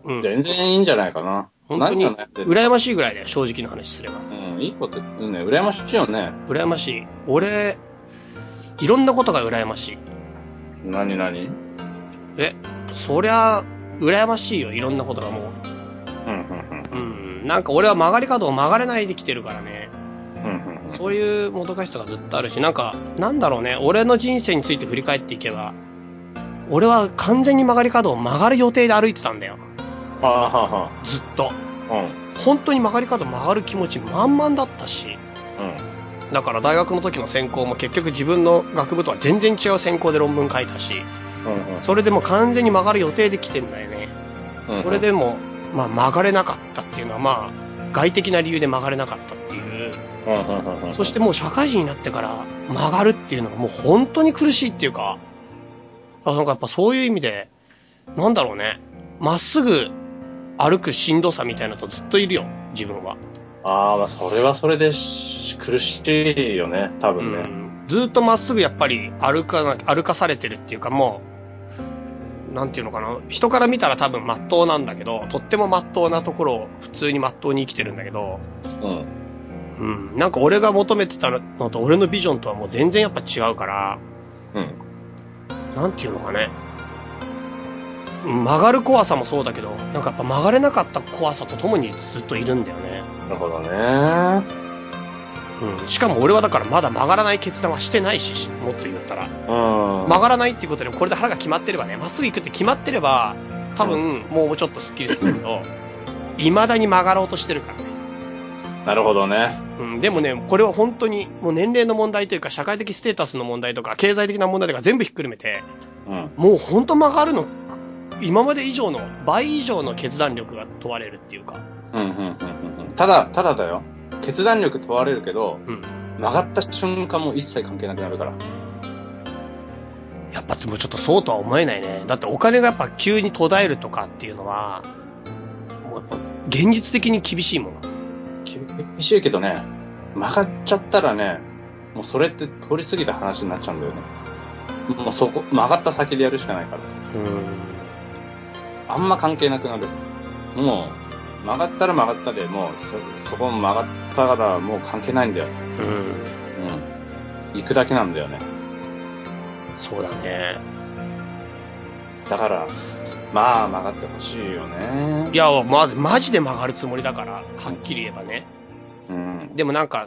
Speaker 1: うん。
Speaker 2: 全然いいんじゃないかな。
Speaker 1: 本当に
Speaker 2: 何が悩んでる
Speaker 1: 羨ましいぐらいだよ、正直な話すれば。
Speaker 2: うん、いいこと、うんね、羨ましいよね。
Speaker 1: 羨ましい。俺、いろんなことが羨ましい。
Speaker 2: 何何
Speaker 1: え、そりゃ、羨ましいよ、いろんなことがも
Speaker 2: うん、うん、
Speaker 1: う。うん。なんか俺は曲がり角を曲がれないで来てるからね。
Speaker 2: うん。うん、うん
Speaker 1: そういうもどかしさがずっとあるし、なんか、なんだろうね、俺の人生について振り返っていけば、俺は完全に曲がり角を曲がる予定で歩いてたんだよ。
Speaker 2: うん。ああ、はは。
Speaker 1: ずっと。
Speaker 2: うん、
Speaker 1: 本当に曲がり角曲がる気持ち満々だったし、
Speaker 2: うん。
Speaker 1: だから大学の時の専攻も結局自分の学部とは全然違う専攻で論文書いたし、
Speaker 2: うん、うん。
Speaker 1: それでも完全に曲がる予定で来てんだよね。
Speaker 2: うん
Speaker 1: それ、でも、まあ曲がれなかったっていうのはまあ、外的な理由で曲がれなかったっていう、
Speaker 2: うん、うん、うんうん。
Speaker 1: そしてもう社会人になってから曲がるっていうのがもう本当に苦しいっていうか、あなんかやっぱそういう意味で、なんだろうね、まっすぐ歩くしんどさみたいなのとずっといるよ、自分は。
Speaker 2: ああ、まあ、それはそれでし苦しいよね、多分ね。
Speaker 1: ずーっとまっすぐやっぱり歩かな、歩かされてるっていうかもう、なんていうのかな、人から見たら多分真っ当なんだけど、とっても真っ当なところを普通に真っ当に生きてるんだけど、
Speaker 2: うん。
Speaker 1: うん、なんか俺が求めてたのと俺のビジョンとはもう全然やっぱ違うから、
Speaker 2: うん。
Speaker 1: なんていうのかね。曲がる怖さもそうだけど、なんかやっぱ曲がれなかった怖さとともにずっといるんだよね。
Speaker 2: なるほどね。
Speaker 1: うん。しかも俺はだからまだ曲がらない決断はしてないし、もっと言ったら。
Speaker 2: うん。
Speaker 1: 曲がらないっていうことで、これで腹が決まってればね、まっすぐ行くって決まってれば、多分もうちょっとスッキリするけど、未だに曲がろうとしてるからね。
Speaker 2: なるほどね。
Speaker 1: うん、でもね、これは本当に、もう年齢の問題というか、社会的ステータスの問題とか、経済的な問題とか全部ひっくるめて、
Speaker 2: うん。
Speaker 1: もう本当曲がるの、今まで以上の、倍以上の決断力が問われるっていうか、
Speaker 2: うん、うん、うんうん。ただ、ただだよ。決断力問われるけど、
Speaker 1: うん。
Speaker 2: 曲がった瞬間も一切関係なくなるから。
Speaker 1: やっぱでもちょっとそうとは思えないね。だってお金がやっぱ急に途絶えるとかっていうのは、もうやっぱ現実的に厳しいもん。
Speaker 2: 厳しいけどね、曲がっちゃったらね、もうそれって通り過ぎた話になっちゃうんだよね。もうそこ、曲がった先でやるしかないから。
Speaker 1: うん。
Speaker 2: あんま関係なくなる。もう、曲がったら曲がったで、もうそ、そこも曲がったからもう関係ないんだよ。
Speaker 1: うん。
Speaker 2: うん。行くだけなんだよね。
Speaker 1: そうだね。
Speaker 2: だから、まあ曲がってほしいよね
Speaker 1: い。や、まず、マジで曲がるつもりだから、はっきり言えばね。
Speaker 2: うん。
Speaker 1: でもなんか、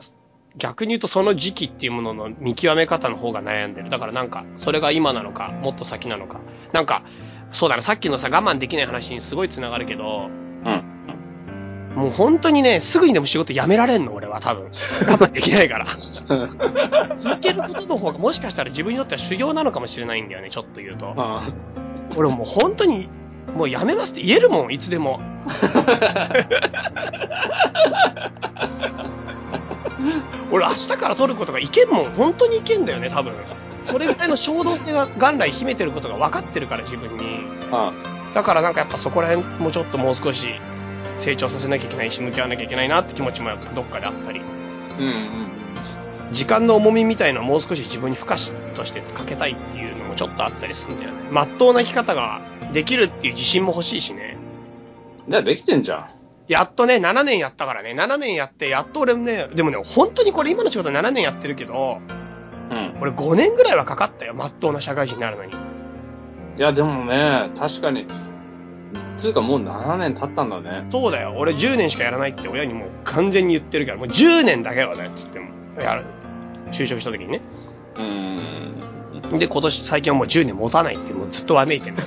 Speaker 1: 逆に言うとその時期っていうものの見極め方の方が悩んでる。だからなんか、それが今なのか、もっと先なのか。なんか、そうだな、さっきのさ、我慢できない話にすごい繋がるけど、
Speaker 2: うん。
Speaker 1: もう本当にね、すぐにでも仕事辞められんの、俺は (laughs) 多分。我慢できないから。続けることの方がもしかしたら自分にとっては修行なのかもしれないんだよね、ちょっと言うと。
Speaker 2: あ
Speaker 1: 俺もう本当に、もうやめますって言えるもん、いつでも。俺明日から取ることがいけんもん、本当にいけんだよね、多分。それぐらいの衝動性が元来秘めてることが分かってるから、自分に。
Speaker 2: あ
Speaker 1: だからなんかやっぱそこら辺もちょっともう少し成長させなきゃいけないし、向き合わなきゃいけないなって気持ちもどっかであったり、
Speaker 2: うんうん
Speaker 1: 時間の重みみたいのをもう少し自分に負荷としてかけたいっていうのもちょっとあったりするんだよね。まっとうな生き方ができるっていう自信も欲しいしね。
Speaker 2: うん。で、できてんじゃ
Speaker 1: やっとね、7年やったからね、7年やって、やっと俺もね、でもね、本当にこれ今の仕事7年やってるけど、
Speaker 2: ん。うん。
Speaker 1: 俺5年ぐらいはかかったよ、まっとうな社会人になるのに。
Speaker 2: いや、でもね、確かに、つうかもう7年経ったんだね。
Speaker 1: そうだよ、俺10年しかやらないって親にもう完全に言ってるから、もう10年だけはね、つっても、やる。就職した時にね。
Speaker 2: うーん。
Speaker 1: で、今年最近はもう10年持たないって、もうずっとわめいてる。で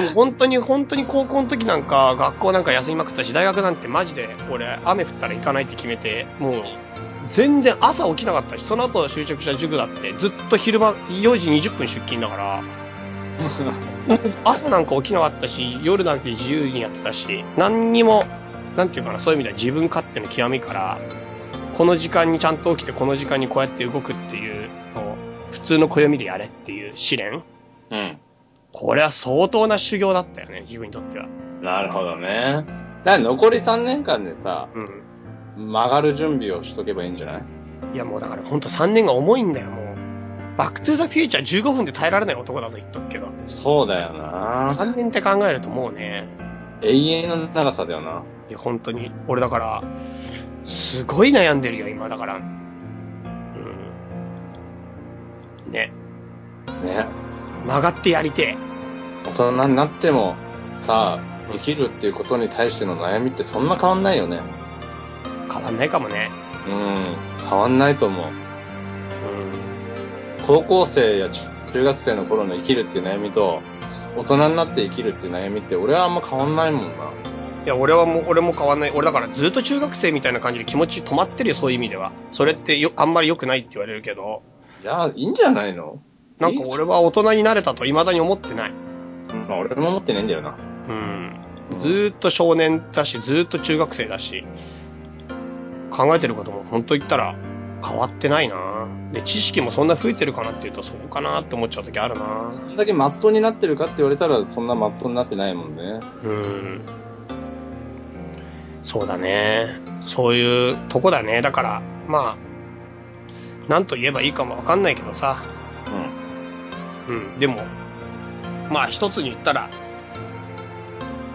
Speaker 1: も本当に本当に高校の時なんか、学校なんか休みまくったし、大学なんてマジで、俺、雨降ったら行かないって決めて、もう、全然朝起きなかったし、その後就職した塾だって、ずっと昼間、4時20分出勤だから、朝なんか起きなかったし、夜なんて自由にやってたし、何にも、なんていうかな、そういう意味では自分勝手の極みから、この時間にちゃんと起きて、この時間にこうやって動くっていうのを、普通の暦でやれっていう試練
Speaker 2: うん。
Speaker 1: これは相当な修行だったよね、自分にとっては。
Speaker 2: なるほどね。だから残り3年間でさ、
Speaker 1: うん。
Speaker 2: 曲がる準備をしとけばいいんじゃない
Speaker 1: いやもうだからほんと3年が重いんだよ、もう。バックトゥザフューチャー15分で耐えられない男だぞ言っとくけど。
Speaker 2: そうだよな。
Speaker 1: 3年って考えるともうね、
Speaker 2: 永遠の長さだよな。
Speaker 1: いや本当に、俺だから、すごい悩んでるよ、今だから。うん。ね、
Speaker 2: ね。
Speaker 1: 曲がってやりて
Speaker 2: 大人になっても、さあ、生きるっていうことに対しての悩みってそんな変わんないよね。
Speaker 1: え。変わんないかもね。
Speaker 2: うん。変わんないと思う。
Speaker 1: うん。
Speaker 2: 高校生や中学生の頃の生きるっていう悩みと、大人になって生きるっていう悩みって、俺はあんま変わんないもんな。
Speaker 1: いや、俺はもう、俺も変わんない。俺だからずっと中学生みたいな感じで気持ち止まってるよ、そういう意味では。それってよ、あんまり良くないって言われるけど、
Speaker 2: いや、いいんじゃないの
Speaker 1: なんか俺は大人になれたと未だに思ってない。
Speaker 2: まあ、俺も持ってねえんだよな。
Speaker 1: うん。ずーっと少年だし、ずーっと中学生だし、考えてることも本当言ったら変わってないなで、知識もそんな増えてるかなっていうと、そうかなって思っちゃう時あるな
Speaker 2: そんだけまっとうになってるかって言われたら、そんなまっとうになってないもんね。
Speaker 1: うん。そうだね。そういうとこだね。だから、まあ、なんと言えばいいかもわかんないけどさ、
Speaker 2: うん。
Speaker 1: うん、でも、まあ一つに言ったら、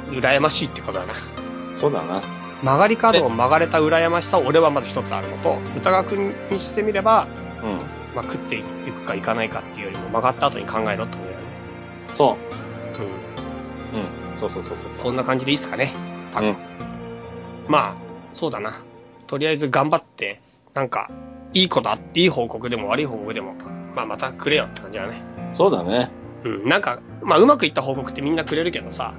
Speaker 1: 羨ましいってことだな。
Speaker 2: そうだな。
Speaker 1: 曲がり角を曲がれた羨ましさを俺はまず一つあるのと、歌川くんにしてみれば、
Speaker 2: うん。
Speaker 1: まあ、食っていくかいかないかっていうよりも曲がった後に考えろってことだよね。。
Speaker 2: そうう。うん。そうそうそうそうんそう。
Speaker 1: そんな感じでいいですかね。
Speaker 2: うん。
Speaker 1: まあ、そうだな。とりあえず頑張って、なんか、いいことあって、いい報告でも悪い報告でも、まあまたくれよって感じだね。
Speaker 2: そうだね。
Speaker 1: うん。なんか、まあうまくいった報告ってみんなくれるけどさ、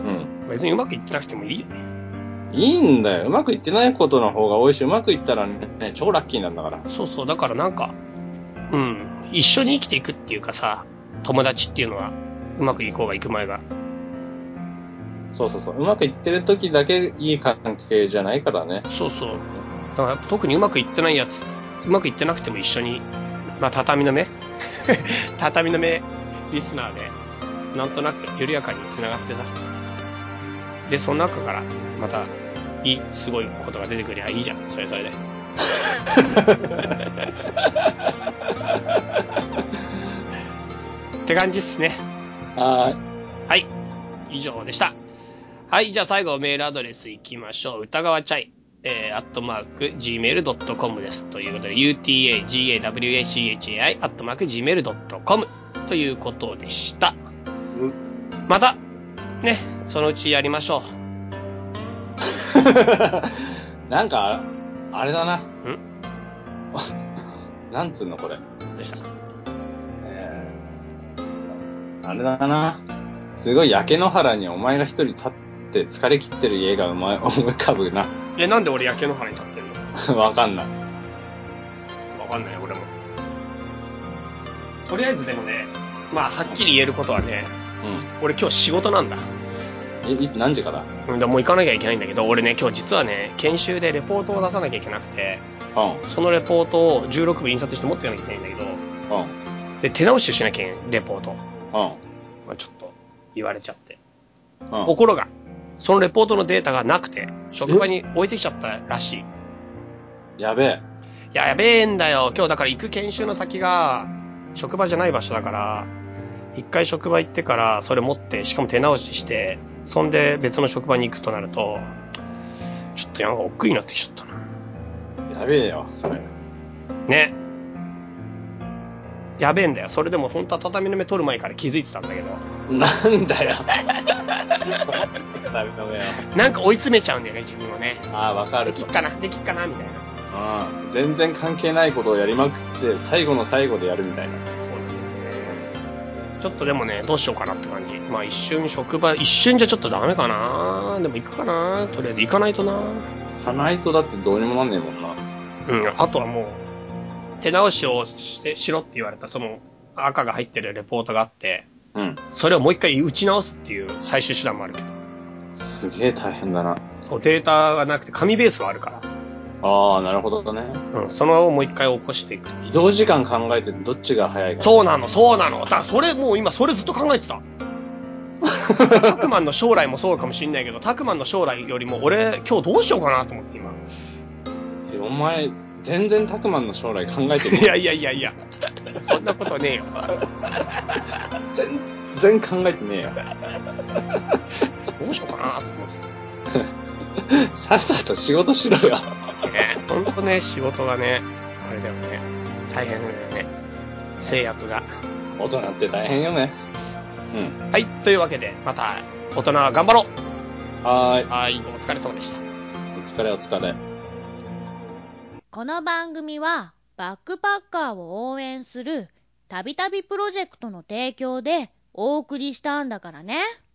Speaker 2: うん。
Speaker 1: 別にうまくいってなくてもいいよね。
Speaker 2: いいんだよ。うまくいってないことの方が多いし、うまくいったらね、超ラッキーなんだから。
Speaker 1: そうそう、だからなんか、うん、一緒に生きていくっていうかさ、友達っていうのは、うまくいこうがいく前が。
Speaker 2: そうそうそう。うまくいってる時だけいい関係じゃないからね。
Speaker 1: そうそう。だから特にうまくいってないやつ、うまくいってなくても一緒に、まあ、畳の目 (laughs) 畳の目リスナーで、なんとなく緩やかに繋がってさ。で、その中から、また、いい、すごいことが出てくりゃいいじゃん。それそれで。って感じっすね。
Speaker 2: はーい。
Speaker 1: はい。以上でした。はい。じゃあ最後メールアドレス行きましょう。歌川チャイ。えー、アットマーク、gmail.com です。ということで、utagawachai、アットマーク、gmail.com ということでした。また、ね、そのうちやりましょ
Speaker 2: (laughs) なんか、あれだな。
Speaker 1: ん
Speaker 2: (laughs) なんつうのこれ。
Speaker 1: う。でした。
Speaker 2: えーあれだな。すごい焼け野原にお前が一人立って疲れ切ってる家がうまい思 (laughs) い浮かぶな。
Speaker 1: え、なんで俺野球の原に立ってんの
Speaker 2: わかんない。
Speaker 1: わかんない、俺も。とりあえずでもね、まあ、はっきり言えることはね、俺今日仕事なんだ。
Speaker 2: うん。え、い何時から
Speaker 1: うん、だからもう行かなきゃいけないんだけど、俺ね、今日実はね、研修でレポートを出さなきゃいけなくて、
Speaker 2: うん。
Speaker 1: そのレポートを16部印刷して持っていかなきゃいけないんだけど、
Speaker 2: うん。
Speaker 1: で、手直しをしなきゃいけない、レポート。
Speaker 2: うん。
Speaker 1: まあ、ちょっと、言われちゃって。
Speaker 2: うん
Speaker 1: ところが、そのレポートのデータがなくて、職場に置いてきちゃったらしい。い
Speaker 2: やべえ。
Speaker 1: や、やべえんだよ。今日だから行く研修の先が、職場じゃない場所だから、一回職場行ってから、それ持って、しかも手直しして、そんで別の職場に行くとなると、ちょっとなんか億劫になってきちゃったな。
Speaker 2: やべえよ、それ。
Speaker 1: ね。やべえんだよ。それでも本当は畳の目取る前から気づいてたんだけど。
Speaker 2: なんだよ。ダメダメよ。
Speaker 1: なんか追い詰めちゃうんだよね、自分をね。
Speaker 2: ああ、わか
Speaker 1: で
Speaker 2: る
Speaker 1: き
Speaker 2: と
Speaker 1: っ。かな、できっかな、みたいな。
Speaker 2: うん。全然関係ないことをやりまくって、最後の最後でやるみたいな。
Speaker 1: そうなんだよね。ちょっとでもね、どうしようかなって感じ。まあ一瞬職場、一瞬じゃちょっとダメかな。でも行くかな。とりあえず行かないとな。
Speaker 2: さないとだってどうにもなんねえもんな。
Speaker 1: うん、あとはもう、手直しをして、しろって言われた、その赤が入ってるレポートがあって、
Speaker 2: うん。
Speaker 1: それをもう一回打ち直すっていう最終手段もあるけど。
Speaker 2: すげえ大変だな。
Speaker 1: そうデータがなくて紙ベースはあるから。
Speaker 2: ああ、なるほどね。
Speaker 1: うん、そのをもう一回起こしていく。
Speaker 2: 移動時間考えてどっちが早いか。
Speaker 1: そうなの、そうなの。だからそれ、もう今、それずっと考え (laughs) てた。タクマンの将来もそうかもしんないけど、タクマンの将来よりも、俺、今日どうしようかなと思って、今。
Speaker 2: でお前、全然タクマンの将来考えてね
Speaker 1: いやいやいやいや、そんなことねえよ。
Speaker 2: え。
Speaker 1: (laughs)
Speaker 2: 全然考えてねえよ。
Speaker 1: どうしようかなと思っ
Speaker 2: さっさと仕事しろよ。
Speaker 1: てね。ほんとね、仕事がね、あれだよね。大変だよね。制約が。
Speaker 2: 大人って大変よね。うん。
Speaker 1: はい、というわけで、また、大人は頑張ろう
Speaker 2: はーい。
Speaker 1: はい、お疲れ様でした。
Speaker 2: お疲れお疲れ。
Speaker 3: この番組はバックパッカーを応援するたびたびプロジェクトの提供でお送りしたんだからね。